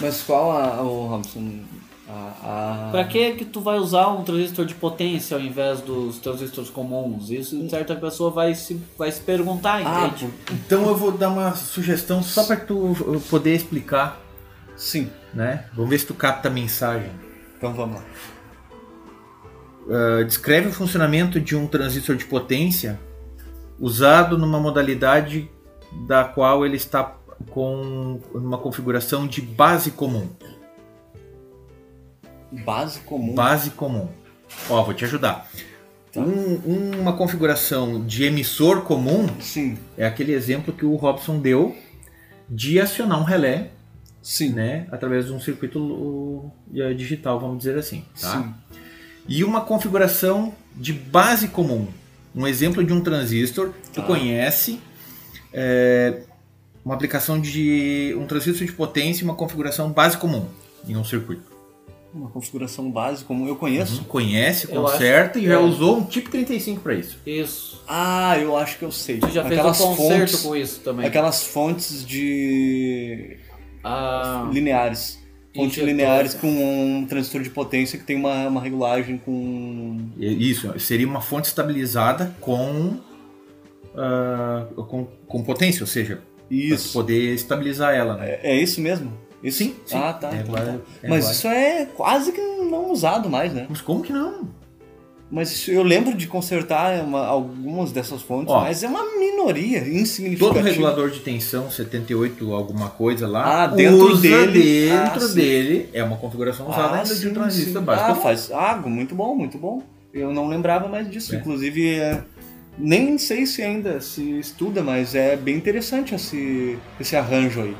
Speaker 2: Mas qual a, o Robson? A, a...
Speaker 1: Pra que que tu vai usar um transistor de potência ao invés dos transistores comuns? Isso certa pessoa vai se, vai se perguntar,
Speaker 2: Ah,
Speaker 1: entende?
Speaker 3: Então eu vou dar uma sugestão só para tu poder explicar,
Speaker 2: Sim.
Speaker 3: né? Vamos ver se tu capta a mensagem.
Speaker 2: Então vamos lá.
Speaker 3: Ah, descreve o funcionamento de um transistor de potência usado numa modalidade da qual ele está com uma configuração de base comum.
Speaker 2: Base comum.
Speaker 3: Base comum. Ó, vou te ajudar. Um- uma configuração de emissor comum
Speaker 2: Sim.
Speaker 3: é aquele exemplo que o Robson deu de acionar um relé,
Speaker 2: Sim.
Speaker 3: né, através de um circuito o, eh, digital, vamos dizer assim, tá?
Speaker 2: Sim.
Speaker 3: E uma configuração de base comum. Um exemplo de um transistor, tu
Speaker 2: Tá.
Speaker 3: conhece, é, uma aplicação de um transistor de potência e uma configuração base comum em um circuito.
Speaker 2: Uma configuração base comum. Eu conheço?
Speaker 3: Uhum. Conhece,
Speaker 1: Eu acho-
Speaker 3: conserta e já
Speaker 1: é.
Speaker 3: usou um tipo 35 para isso.
Speaker 1: Isso.
Speaker 2: Ah, eu acho que eu sei.
Speaker 1: Tu já fez
Speaker 2: aquelas
Speaker 1: um concerto
Speaker 2: fontes,
Speaker 1: com isso também.
Speaker 2: Aquelas fontes de
Speaker 1: Ah,
Speaker 2: lineares. Fontes
Speaker 1: Injetor.
Speaker 2: lineares com um transistor de potência que tem uma, uma regulagem com.
Speaker 3: E- Isso, seria uma fonte estabilizada com, ah, com, com potência, ou seja, pra tu
Speaker 2: Isso.
Speaker 3: poder estabilizar ela. Né?
Speaker 2: É, é isso mesmo? Isso?
Speaker 3: Sim, sim.
Speaker 2: Ah, tá.
Speaker 3: É
Speaker 2: então
Speaker 3: agora-
Speaker 2: tá.
Speaker 3: é
Speaker 2: Mas
Speaker 3: agora.
Speaker 2: isso é quase que não usado mais, né?
Speaker 3: Mas como que não?
Speaker 2: Mas isso- eu lembro de consertar uma- algumas dessas fontes,
Speaker 3: Ó.
Speaker 2: mas é uma minoria insignificativa.
Speaker 3: Todo regulador de tensão, 78 alguma coisa lá,
Speaker 2: Ah, dentro
Speaker 3: usa
Speaker 2: dele. Ah,
Speaker 3: dentro
Speaker 2: sim.
Speaker 3: dele, é uma configuração usada ainda de um transistor
Speaker 2: Ah,
Speaker 3: básico.
Speaker 2: faz. Ah, muito bom, muito bom. Eu não lembrava mais disso.
Speaker 3: É.
Speaker 2: Inclusive, é, nem sei se ainda se estuda, mas é bem interessante esse, esse arranjo aí.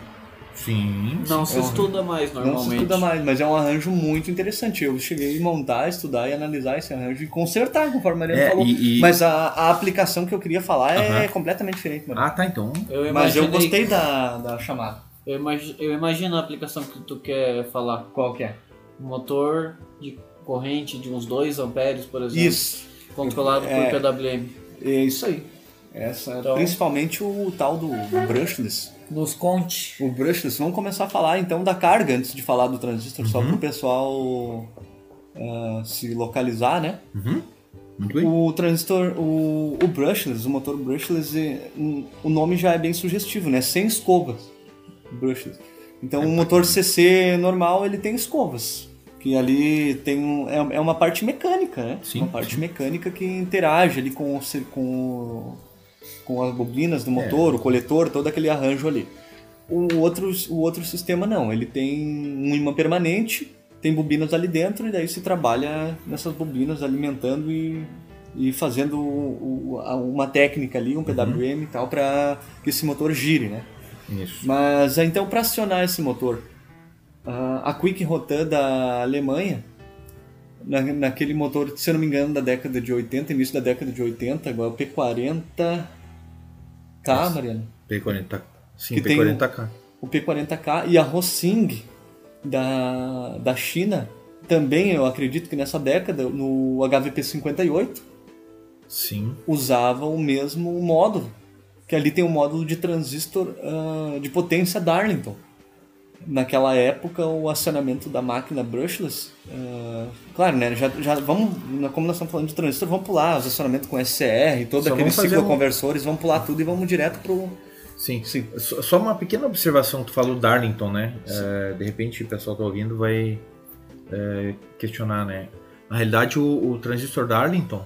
Speaker 3: Sim, sim. Uhum.
Speaker 1: não se
Speaker 2: é um-
Speaker 1: estuda mais
Speaker 2: Não
Speaker 1: normalmente.
Speaker 2: se estuda mais, mas é um arranjo muito interessante. Eu cheguei a montar, estudar e analisar esse arranjo e consertar, conforme a Mariana
Speaker 3: É,
Speaker 2: falou.
Speaker 3: e- e-
Speaker 2: Mas a, a aplicação que eu queria falar é
Speaker 3: Aham.
Speaker 2: completamente diferente, mano.
Speaker 3: Ah, tá, então.
Speaker 1: Eu
Speaker 2: Mas eu
Speaker 1: imaginei-
Speaker 2: gostei da, da chamada.
Speaker 1: Eu, imagi- eu imagino a aplicação que tu quer falar. Um
Speaker 2: Qual que é?
Speaker 1: Motor de corrente de uns 2 amperes, por exemplo.
Speaker 2: Isso.
Speaker 1: Controlado por
Speaker 2: É.
Speaker 1: PWM.
Speaker 2: É isso aí. Essa era
Speaker 1: Então-
Speaker 2: principalmente o tal do brushless.
Speaker 1: Nos conte.
Speaker 2: O brushless, vamos começar a falar então da carga antes de falar do transistor, só para o pessoal ah, se localizar, né?
Speaker 3: Uhum. Muito bem.
Speaker 2: O transistor, o, o brushless, o motor brushless, é, um, o nome já é bem sugestivo, né? Sem escovas, brushless. Então o motor CC normal, ele tem escovas, que ali tem um, é, é uma parte mecânica, né?
Speaker 3: Sim,
Speaker 2: uma parte mecânica que interage ali com, o cir- com, o- com as bobinas
Speaker 3: É.
Speaker 2: do motor, o coletor, todo aquele arranjo ali. O outro, o outro sistema não, ele tem um imã permanente, tem bobinas ali dentro e daí se trabalha nessas bobinas alimentando e, e fazendo o- o- a- uma técnica
Speaker 3: Uhum.
Speaker 2: ali, um PWM e tal, para que esse motor gire, né?
Speaker 3: Isso.
Speaker 2: Mas então, para acionar esse motor, ah, a Quick Rotan da Alemanha, na, naquele motor, se eu não me engano, da década de 80, início da década de 80, agora o P40. Tá, Mariano?
Speaker 3: P40. Sim,
Speaker 2: Que tem um-
Speaker 3: P40K.
Speaker 2: O P40K e a Rossing da, da China, também eu acredito que nessa década, no HVP58,
Speaker 3: Sim.
Speaker 2: usava o mesmo um módulo, que ali tem o módulo de transistor ah, de potência Darlington. naquela época o acionamento da máquina brushless, ah, claro, né? Já, já vamos, como nós estamos falando de transistor, vamos pular os acionamentos com SCR, todos
Speaker 3: Só
Speaker 2: aqueles
Speaker 3: vamos fazer um-
Speaker 2: cicloconversores, vamos pular tudo e vamos direto pro
Speaker 3: Sim, sim. Só só uma pequena observação, tu falou Darlington, né? É, de repente o pessoal que tá ouvindo vai é, questionar, né? Na realidade, o, o transistor Darlington,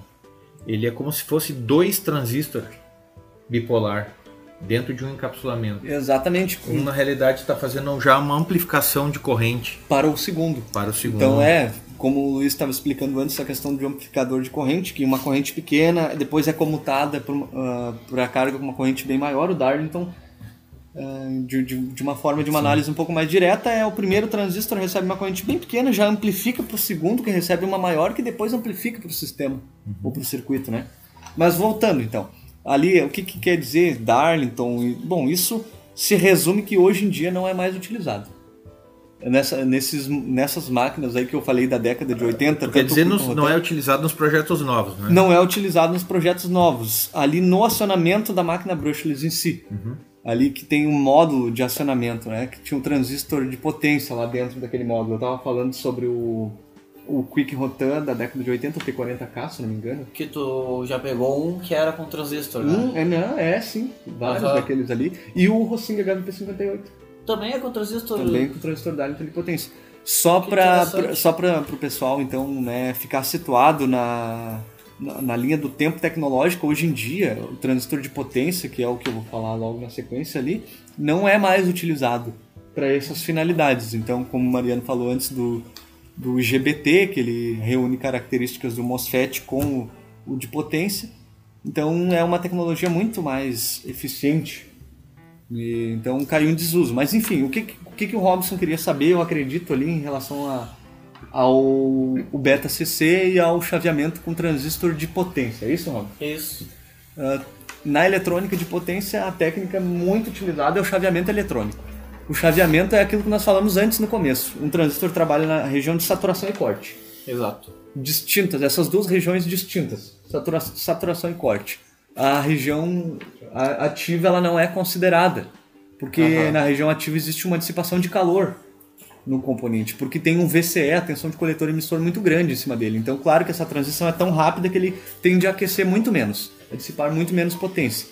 Speaker 3: ele é como se fosse dois transistor bipolar dentro de um encapsulamento.
Speaker 2: exatamente
Speaker 3: Um, na realidade, está fazendo já uma amplificação de corrente
Speaker 2: para o segundo.
Speaker 3: para o segundo. né?
Speaker 2: Então é, como o Luiz estava explicando antes, a questão de um amplificador de corrente, que uma corrente pequena depois é comutada por, ah, por a carga com uma corrente bem maior, o Darlington, ah, de, de, de uma forma de uma análise um pouco mais direta, é o primeiro transistor recebe uma corrente bem pequena, já amplifica para o segundo, que recebe uma maior, que depois amplifica para o sistema,
Speaker 3: Uhum.
Speaker 2: ou para o circuito, né? Mas voltando então, ali o que, que quer dizer Darlington? e- Bom, isso se resume que hoje em dia não é mais utilizado. Nessa, nesses, nessas máquinas aí que eu falei da década de 80.
Speaker 3: Quer
Speaker 2: tanto
Speaker 3: dizer,
Speaker 2: com-
Speaker 3: nos- não é utilizado nos projetos novos, né?
Speaker 2: não é utilizado nos projetos novos, ali no acionamento da máquina brushless em si. Ali que tem um módulo de acionamento, né? Que tinha um transistor de potência lá dentro daquele módulo. Eu tava falando sobre o, o Quick Rotan da década de 80, o T40K, se não me engano.
Speaker 1: Que tu já pegou um que era com transistor, né?
Speaker 2: Hum, é, não, é sim, vários
Speaker 1: Aham.
Speaker 2: daqueles ali. E o Rossinger HVP58,
Speaker 1: Também é com transistor.
Speaker 2: também com transistor Darlington de potência. Só
Speaker 1: Que
Speaker 2: para
Speaker 1: interessante.
Speaker 2: só para o pessoal então né, ficar situado na, na, na linha do tempo tecnológico hoje em dia o transistor de potência que é o que eu vou falar logo na sequência ali não é mais utilizado para essas finalidades então como o Mariano falou antes do do IGBT que ele reúne características do MOSFET com o, o de potência então é uma tecnologia muito mais eficiente e, então caiu em desuso. Mas enfim, o que, o que, que o Robson queria saber, eu acredito, ali em relação a- ao o beta CC e ao chaveamento com transistor de potência. É isso, Robson? Ah,
Speaker 1: Isso.
Speaker 2: Na eletrônica de potência, a técnica muito utilizada é o chaveamento eletrônico. O chaveamento é aquilo que nós falamos antes no começo. Um transistor trabalha na região de saturação e corte
Speaker 1: Exato.
Speaker 2: distintas, essas duas regiões distintas, satura- saturação e corte. A região a- ativa ela não é considerada, porque
Speaker 1: Aham.
Speaker 2: na região ativa existe uma dissipação de calor no componente, porque tem um VCE, a tensão de coletor e emissor muito grande em cima dele. Então, claro que essa transição é tão rápida que ele tende a aquecer muito menos, a dissipar muito menos potência.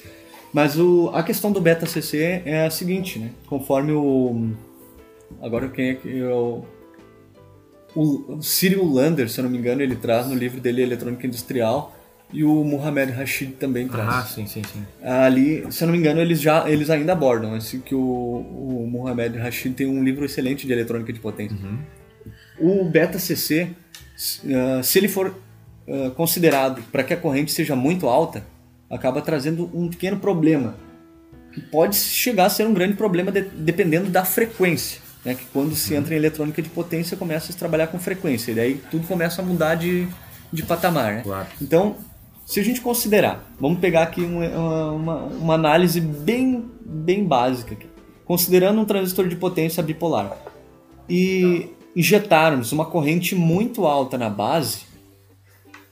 Speaker 2: Mas o- a questão do beta CC é a seguinte, né? Conforme o agora quem é que eu o Cyril Lander, se eu não me engano, ele traz no livro dele Eletrônica Industrial e o Muhammad Rashid também traz.
Speaker 3: Ah, sim, sim, sim.
Speaker 2: Ali, se eu não me engano, eles já eles ainda abordam esse que o, o Muhammad Rashid tem um livro excelente de eletrônica de potência.
Speaker 3: Uhum.
Speaker 2: O beta CC, s- ah, se ele for ah, considerado para que a corrente seja muito alta, acaba trazendo um pequeno problema que pode chegar a ser um grande problema de- dependendo da frequência. Né, que quando se entra em eletrônica de potência começa a se trabalhar com frequência, e daí tudo começa a mudar de, de patamar. Né?
Speaker 3: Claro.
Speaker 2: Então, se a gente considerar, vamos pegar aqui um- uma, uma, uma análise bem, bem básica. aqui. Considerando um transistor de potência bipolar e injetarmos uma corrente muito alta na base,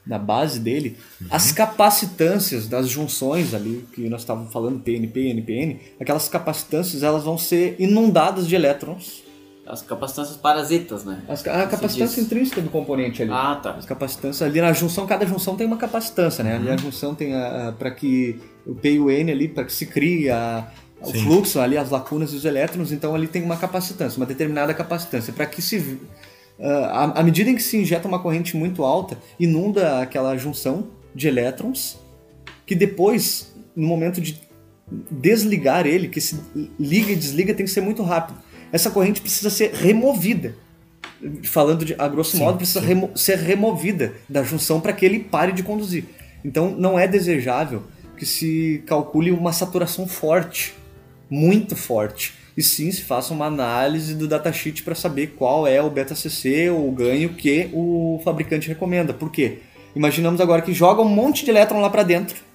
Speaker 2: na base dele, as capacitâncias das junções ali que nós estávamos falando, TNP e NPN, aquelas capacitâncias elas vão ser inundadas de elétrons.
Speaker 1: As capacitâncias parasitas, né?
Speaker 2: As ca- a
Speaker 1: diz.
Speaker 2: capacitância intrínseca do componente ali.
Speaker 1: Ah, tá.
Speaker 2: As capacitâncias ali na junção, cada junção tem uma capacitância, né? Ali a junção tem a, para que o P e o N ali, para que se crie a- o
Speaker 3: Sim.
Speaker 2: fluxo ali, as lacunas e os elétrons, então ali tem uma capacitância, uma determinada capacitância, para que se vi- ah, à à medida em que se injeta uma corrente muito alta, inunda aquela junção de elétrons, que depois, no momento de desligar ele, que se liga e desliga tem que ser muito rápido. Essa corrente precisa ser removida. Falando de, a grosso modo, precisa remo- ser removida da junção para que ele pare de conduzir. Então, não é desejável que se calcule uma saturação forte, muito forte. E sim, se faça uma análise do datasheet para saber qual é o beta CC ou o ganho que o fabricante recomenda. Por quê? Imaginamos agora que joga um monte de elétron lá para dentro.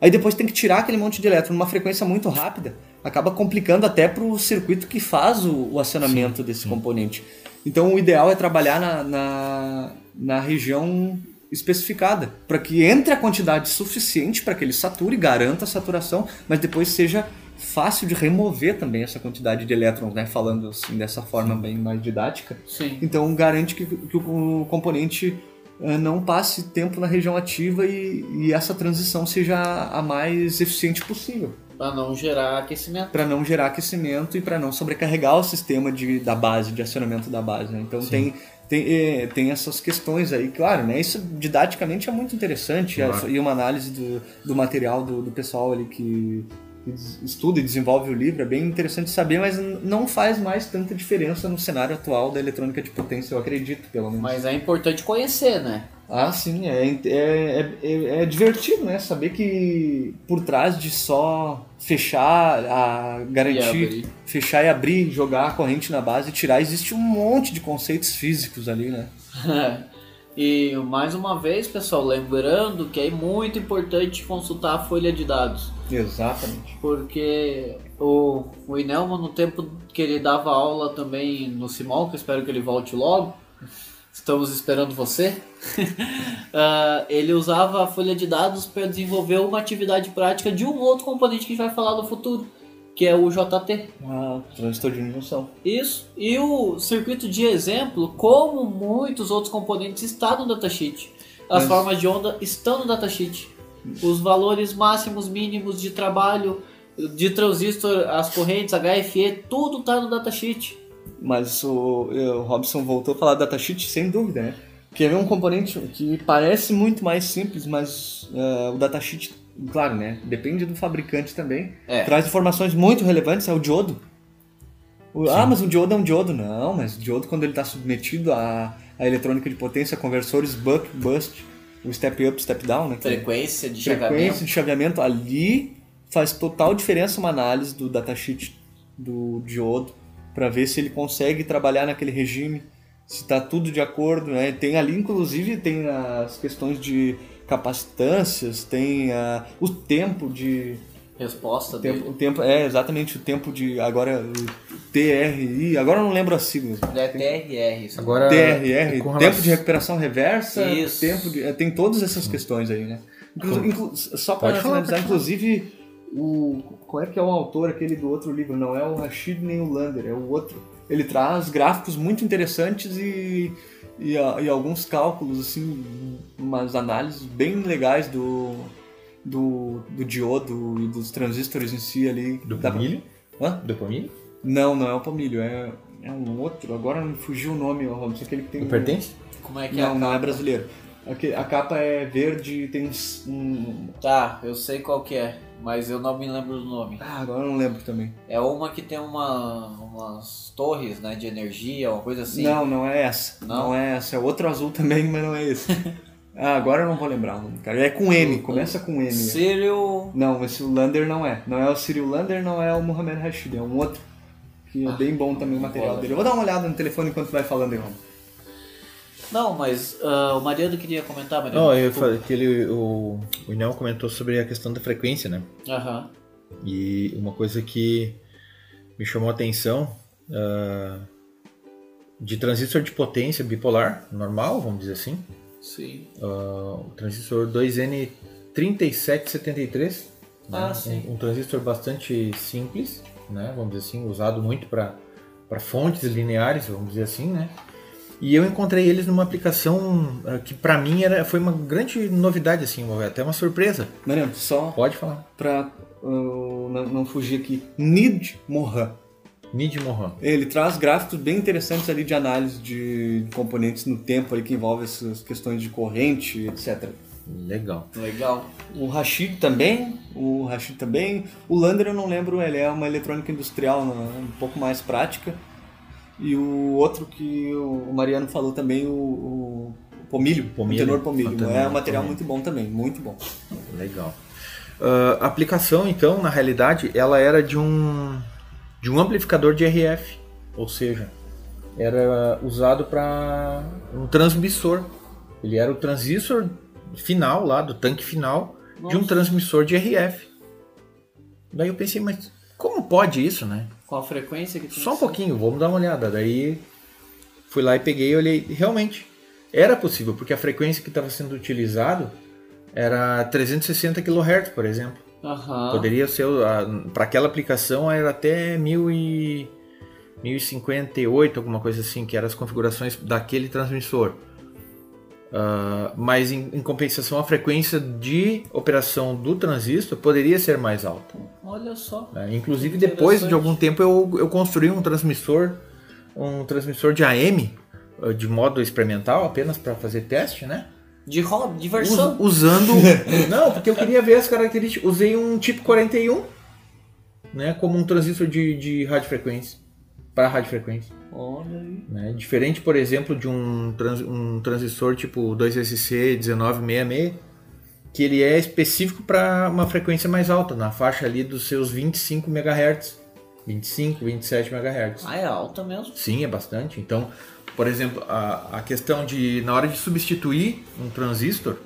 Speaker 2: Aí depois tem que tirar aquele monte de elétron numa frequência muito rápida, acaba complicando até para o circuito que faz o, o acionamento desse componente. Então o ideal é trabalhar na, na, na região especificada, para que entre a quantidade suficiente para que ele sature, garanta a saturação, mas depois seja fácil de remover também essa quantidade de elétrons, né? Falando assim dessa forma bem mais didática.
Speaker 1: Sim.
Speaker 2: Então garante que, que o componente eh, não passe tempo na região ativa e, e essa transição seja a mais eficiente possível,
Speaker 1: Pra não gerar aquecimento.
Speaker 2: para não gerar aquecimento e para não sobrecarregar o sistema de, da base, de acionamento da base. né? Então tem, tem, eh, tem essas questões aí, claro, né? Isso didaticamente é muito interessante
Speaker 3: Claro.
Speaker 2: essa- e uma análise do, do material do, do pessoal ali que, que des- estuda e desenvolve o livro é bem interessante saber, mas n- não faz mais tanta diferença no cenário atual da eletrônica de potência, eu acredito, pelo menos.
Speaker 1: Mas é importante conhecer, né? *laughs*
Speaker 2: Ah, sim, é, é, é, é divertido, né? Saber que por trás de só fechar, a
Speaker 1: E
Speaker 2: garantir,
Speaker 1: abrir.
Speaker 2: fechar e abrir, jogar a corrente na base e tirar, existe um monte de conceitos físicos ali, né?
Speaker 1: e mais uma vez, pessoal, lembrando que é muito importante consultar a folha de dados.
Speaker 2: Exatamente.
Speaker 1: Porque o, o Inelmo, no tempo que ele dava aula também no Simol, que eu espero que ele volte logo, estamos esperando você, *laughs* ah, ele usava a folha de dados para desenvolver uma atividade prática de um outro componente que a gente vai falar no futuro, que é o JT.
Speaker 2: Ah, transistor de junção.
Speaker 1: Isso. E o circuito de exemplo, como muitos outros componentes, está no datasheet. As
Speaker 2: Mas-
Speaker 1: formas de onda estão no datasheet. Os valores máximos, mínimos de trabalho, de transistor, as correntes, HFE, tudo está no datasheet.
Speaker 2: Mas o, o Robson voltou a falar do datasheet, sem dúvida, né? Que é um componente que parece muito mais simples, mas ah, o datasheet, claro, né? Depende do fabricante também.
Speaker 1: É.
Speaker 2: Traz informações muito relevantes, é o diodo. O- ah, mas o diodo é um diodo. Não, mas o diodo, quando ele está submetido à, à eletrônica de potência, conversores, buck, bust, o step up, step down, né?
Speaker 1: É,
Speaker 2: que-
Speaker 1: Frequência de
Speaker 2: frequência de chaveamento ali faz total diferença uma análise do datasheet do diodo para ver se ele consegue trabalhar naquele regime, se está tudo de acordo, né? Tem ali inclusive tem as questões de capacitâncias, tem ah, o tempo de
Speaker 1: Resposta
Speaker 2: o
Speaker 1: dele.
Speaker 2: tempo, o tempo é exatamente o tempo de agora o TRI, agora eu não lembro as siglas.
Speaker 1: É TRR. isso.
Speaker 3: Agora,
Speaker 2: TRR,
Speaker 3: É com
Speaker 2: tempo
Speaker 3: relação-
Speaker 2: de recuperação reversa,
Speaker 1: Isso.
Speaker 2: tempo de, é, tem todas essas questões aí, né? Inclu-
Speaker 3: Como-
Speaker 2: inclu- só para
Speaker 3: Pode falar,
Speaker 2: finalizar,
Speaker 3: pode
Speaker 2: inclusive, o, qual é que é o autor aquele do outro livro? Não é o Rashid nem o Lander, é o outro. Ele traz gráficos muito interessantes e, e, a- e alguns cálculos, assim, umas análises bem legais do, do, do diodo e dos transistores em si ali.
Speaker 3: Do
Speaker 2: Dá pra-
Speaker 3: Pomilho?
Speaker 2: Hã?
Speaker 3: Do Pomilho?
Speaker 2: Não, não é o Pomilho, é, é um outro. Agora me fugiu o nome, ó, Robson, aquele que tem...
Speaker 3: Do
Speaker 2: um-
Speaker 3: Pertence?
Speaker 1: Como é que é?
Speaker 2: não, não é brasileiro. Aqui- A capa é verde e tem uns- um.
Speaker 1: Tá, eu sei qual que é, mas eu não me lembro do nome.
Speaker 2: Ah, agora eu não lembro também.
Speaker 1: É uma que tem uma, umas torres né, de energia, uma coisa assim.
Speaker 2: Não, não é essa.
Speaker 1: Não?
Speaker 2: Não, é essa. É outro azul também, *laughs* mas não é
Speaker 1: *laughs*
Speaker 2: esse. ah, agora eu não vou lembrar o nome, cara. É com M, começa com M.
Speaker 1: Serial
Speaker 2: Não, esse o Lander não é. Não é o Cyril Lander, não é o Mohamed Rashid, é um outro. Que
Speaker 1: Ah,
Speaker 2: é bem bom também o material
Speaker 1: bola.
Speaker 2: dele. Eu vou dar uma olhada no telefone enquanto vai falando aí, Roma.
Speaker 1: Não, mas ah, o Mariano queria comentar, Mariano.
Speaker 3: Não, eu
Speaker 1: desculpa.
Speaker 3: falei que ele, o, o Inel comentou sobre a questão da frequência, né?
Speaker 1: Aham.
Speaker 3: E uma coisa que me chamou a atenção ah, de transistor de potência bipolar normal, vamos dizer assim,
Speaker 1: Sim.
Speaker 3: ah, o transistor 2N3773, né?
Speaker 1: Ah, sim.
Speaker 3: Um, um transistor bastante simples, né? Vamos dizer assim, usado muito para fontes lineares, vamos dizer assim, né? E eu encontrei eles numa aplicação ah, que para mim era, foi uma grande novidade, assim, uma- até uma surpresa.
Speaker 2: Mariano, só
Speaker 3: Pode falar.
Speaker 2: pra uh, não, não fugir aqui. Nid Mohan.
Speaker 3: Nid Mohan.
Speaker 2: Ele traz gráficos bem interessantes ali de análise de componentes no tempo ali que envolve essas questões de corrente, etc.
Speaker 3: Legal.
Speaker 1: Legal.
Speaker 2: O Rashid também, o Rashid também. O Lander eu não lembro, ele é uma eletrônica industrial né, um pouco mais prática. E o outro que o Mariano falou também, o, o Pomilho,
Speaker 3: Pomilho.
Speaker 2: o tenor Pomilho.
Speaker 3: O Ah, tenor
Speaker 2: é um material
Speaker 3: Pomilho.
Speaker 2: muito bom também, muito bom.
Speaker 3: Legal. Ah, a aplicação, então, na realidade, ela era de um, de um amplificador de RF, ou seja, era usado para um transmissor. Ele era o transistor final lá, do tanque final, de um
Speaker 1: Nossa.
Speaker 3: transmissor de RF. Daí eu pensei, mas como pode isso, né?
Speaker 1: Com a frequência que tem
Speaker 3: Só um
Speaker 1: que ser.
Speaker 3: pouquinho, vamos dar uma olhada. Daí fui lá e peguei e olhei. Realmente, era possível, porque a frequência que estava sendo utilizado era 360 kHz, por exemplo.
Speaker 1: Aham.
Speaker 3: Poderia ser, para aquela aplicação era até 1000 e, 1058, alguma coisa assim, que eram as configurações daquele transmissor. Ah, mas em, em compensação, a frequência de operação do transistor poderia ser mais alta.
Speaker 1: Olha só.
Speaker 3: né? Inclusive, depois de algum tempo, eu, eu construí um transmissor, um transmissor de AM, ah, de modo experimental, apenas para fazer teste, né?
Speaker 1: De hobby,
Speaker 3: Us-
Speaker 1: diversão.
Speaker 3: usando. não, porque eu queria ver as características. Usei um tipo 41, né? Como um transistor de, de radiofrequência. Para radiofrequência.
Speaker 1: Olha aí.
Speaker 3: Né? Diferente, por exemplo, de um, trans- um transistor tipo 2SC1966, que ele é específico para uma frequência mais alta, na faixa ali dos seus 25 MHz. 25, 27 MHz.
Speaker 1: Ah, é alta mesmo.
Speaker 3: Sim, é bastante. Então, por exemplo, a, a questão de na hora de substituir um transistor,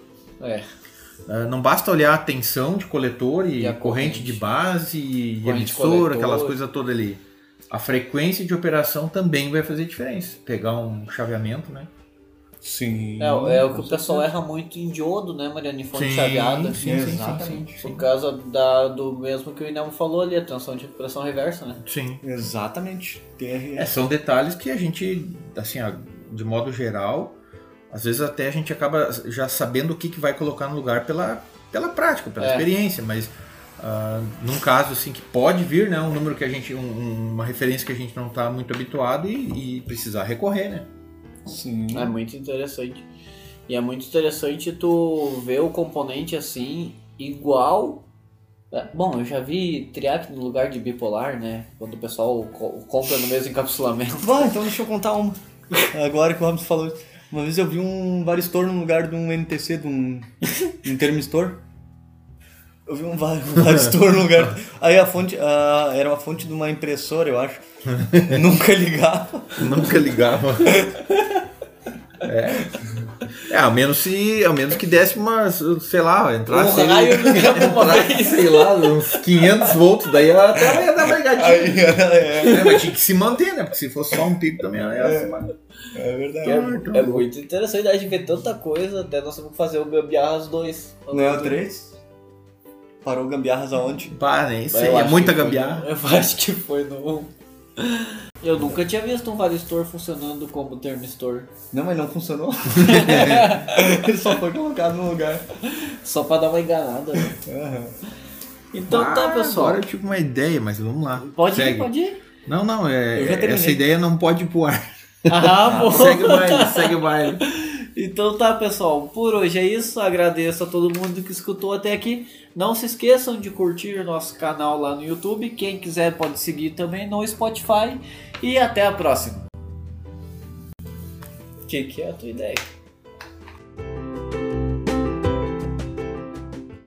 Speaker 1: É.
Speaker 3: ah, não basta olhar a tensão de coletor e,
Speaker 1: E a
Speaker 3: corrente.
Speaker 1: corrente.
Speaker 3: de base e
Speaker 1: Corrente
Speaker 3: emissora,
Speaker 1: coletor.
Speaker 3: aquelas coisas todas ali. A frequência de operação também vai fazer diferença. Pegar um chaveamento, né?
Speaker 2: Sim.
Speaker 1: É, é o que o pessoal erra muito em diodo, né, Mariana? Em fonte
Speaker 3: Sim,
Speaker 1: chaveada.
Speaker 3: sim, sim,
Speaker 2: Exatamente.
Speaker 3: sim,
Speaker 1: Por
Speaker 3: sim.
Speaker 1: causa da, do mesmo que o Inamo falou ali, a tensão de pressão reversa, né?
Speaker 3: Sim.
Speaker 2: Exatamente. TRS.
Speaker 3: É, são detalhes que a gente, assim, ó, de modo geral, às vezes até a gente acaba já sabendo o que, que vai colocar no lugar pela, pela prática, pela
Speaker 1: É.
Speaker 3: experiência, mas ah, num caso assim que pode vir, né, um número que a gente, um- um- uma referência que a gente não está muito habituado e, e precisar recorrer, né?
Speaker 2: Sim.
Speaker 1: É muito interessante. E é muito interessante tu ver o componente assim, igual. É, Bom, eu já vi triac no lugar de bipolar, né? Quando o pessoal co- compra no mesmo encapsulamento.
Speaker 2: Bom, então deixa eu contar uma. Agora que o Robson falou isso. Uma vez eu vi um varistor no lugar de um NTC, de um, de um termistor. Eu vi um, va- um varistor no lugar. Aí a fonte. ah, era uma fonte de uma impressora, eu acho. Nunca ligava.
Speaker 3: Nunca ligava. é. É, ao menos se, ao menos que desse umas, sei lá,
Speaker 1: Um
Speaker 3: entrasse
Speaker 1: raio ligava
Speaker 3: *laughs*
Speaker 1: uma vez.
Speaker 3: sei lá, uns 500 volts, daí ela até ia dar uma ligadinha.
Speaker 2: Aí ela é.
Speaker 3: É, mas tinha que se manter, né? Porque se fosse só um pico também, ela ia se manter. Então,
Speaker 2: É verdade.
Speaker 3: Ah, tá
Speaker 1: É, é muito interessante a gente ver tanta coisa, até nós vamos fazer o Gambiarras 2.
Speaker 2: Não é o 3? Parou gambiarras aonde?
Speaker 3: Pá, nem
Speaker 1: Mas eu
Speaker 3: sei, é
Speaker 1: acho
Speaker 3: muita
Speaker 1: que foi-
Speaker 3: gambiarra.
Speaker 1: *laughs* eu acho que foi no 1. Eu nunca tinha visto um varistor funcionando como termistor.
Speaker 2: Não, mas não funcionou. Ele só foi colocado no lugar.
Speaker 1: Só pra dar uma enganada. né?
Speaker 2: Aham.
Speaker 1: Então tá,
Speaker 3: Ah,
Speaker 1: pessoal.
Speaker 3: Agora eu tive uma ideia, mas vamos lá.
Speaker 1: Pode
Speaker 3: Segue.
Speaker 1: ir, pode ir.
Speaker 3: Não, não, é,
Speaker 2: Eu já terminei.
Speaker 3: essa ideia não pode ir pro
Speaker 1: *laughs*
Speaker 3: ar. *laughs*
Speaker 1: Ah, bom.
Speaker 3: segue o baile, segue o baile.
Speaker 1: Então tá, pessoal. Por hoje é isso. Agradeço a todo mundo que escutou até aqui. Não se esqueçam de curtir o nosso canal lá no YouTube. Quem quiser pode seguir também no Spotify. E até a próxima. O que, que é a tua ideia?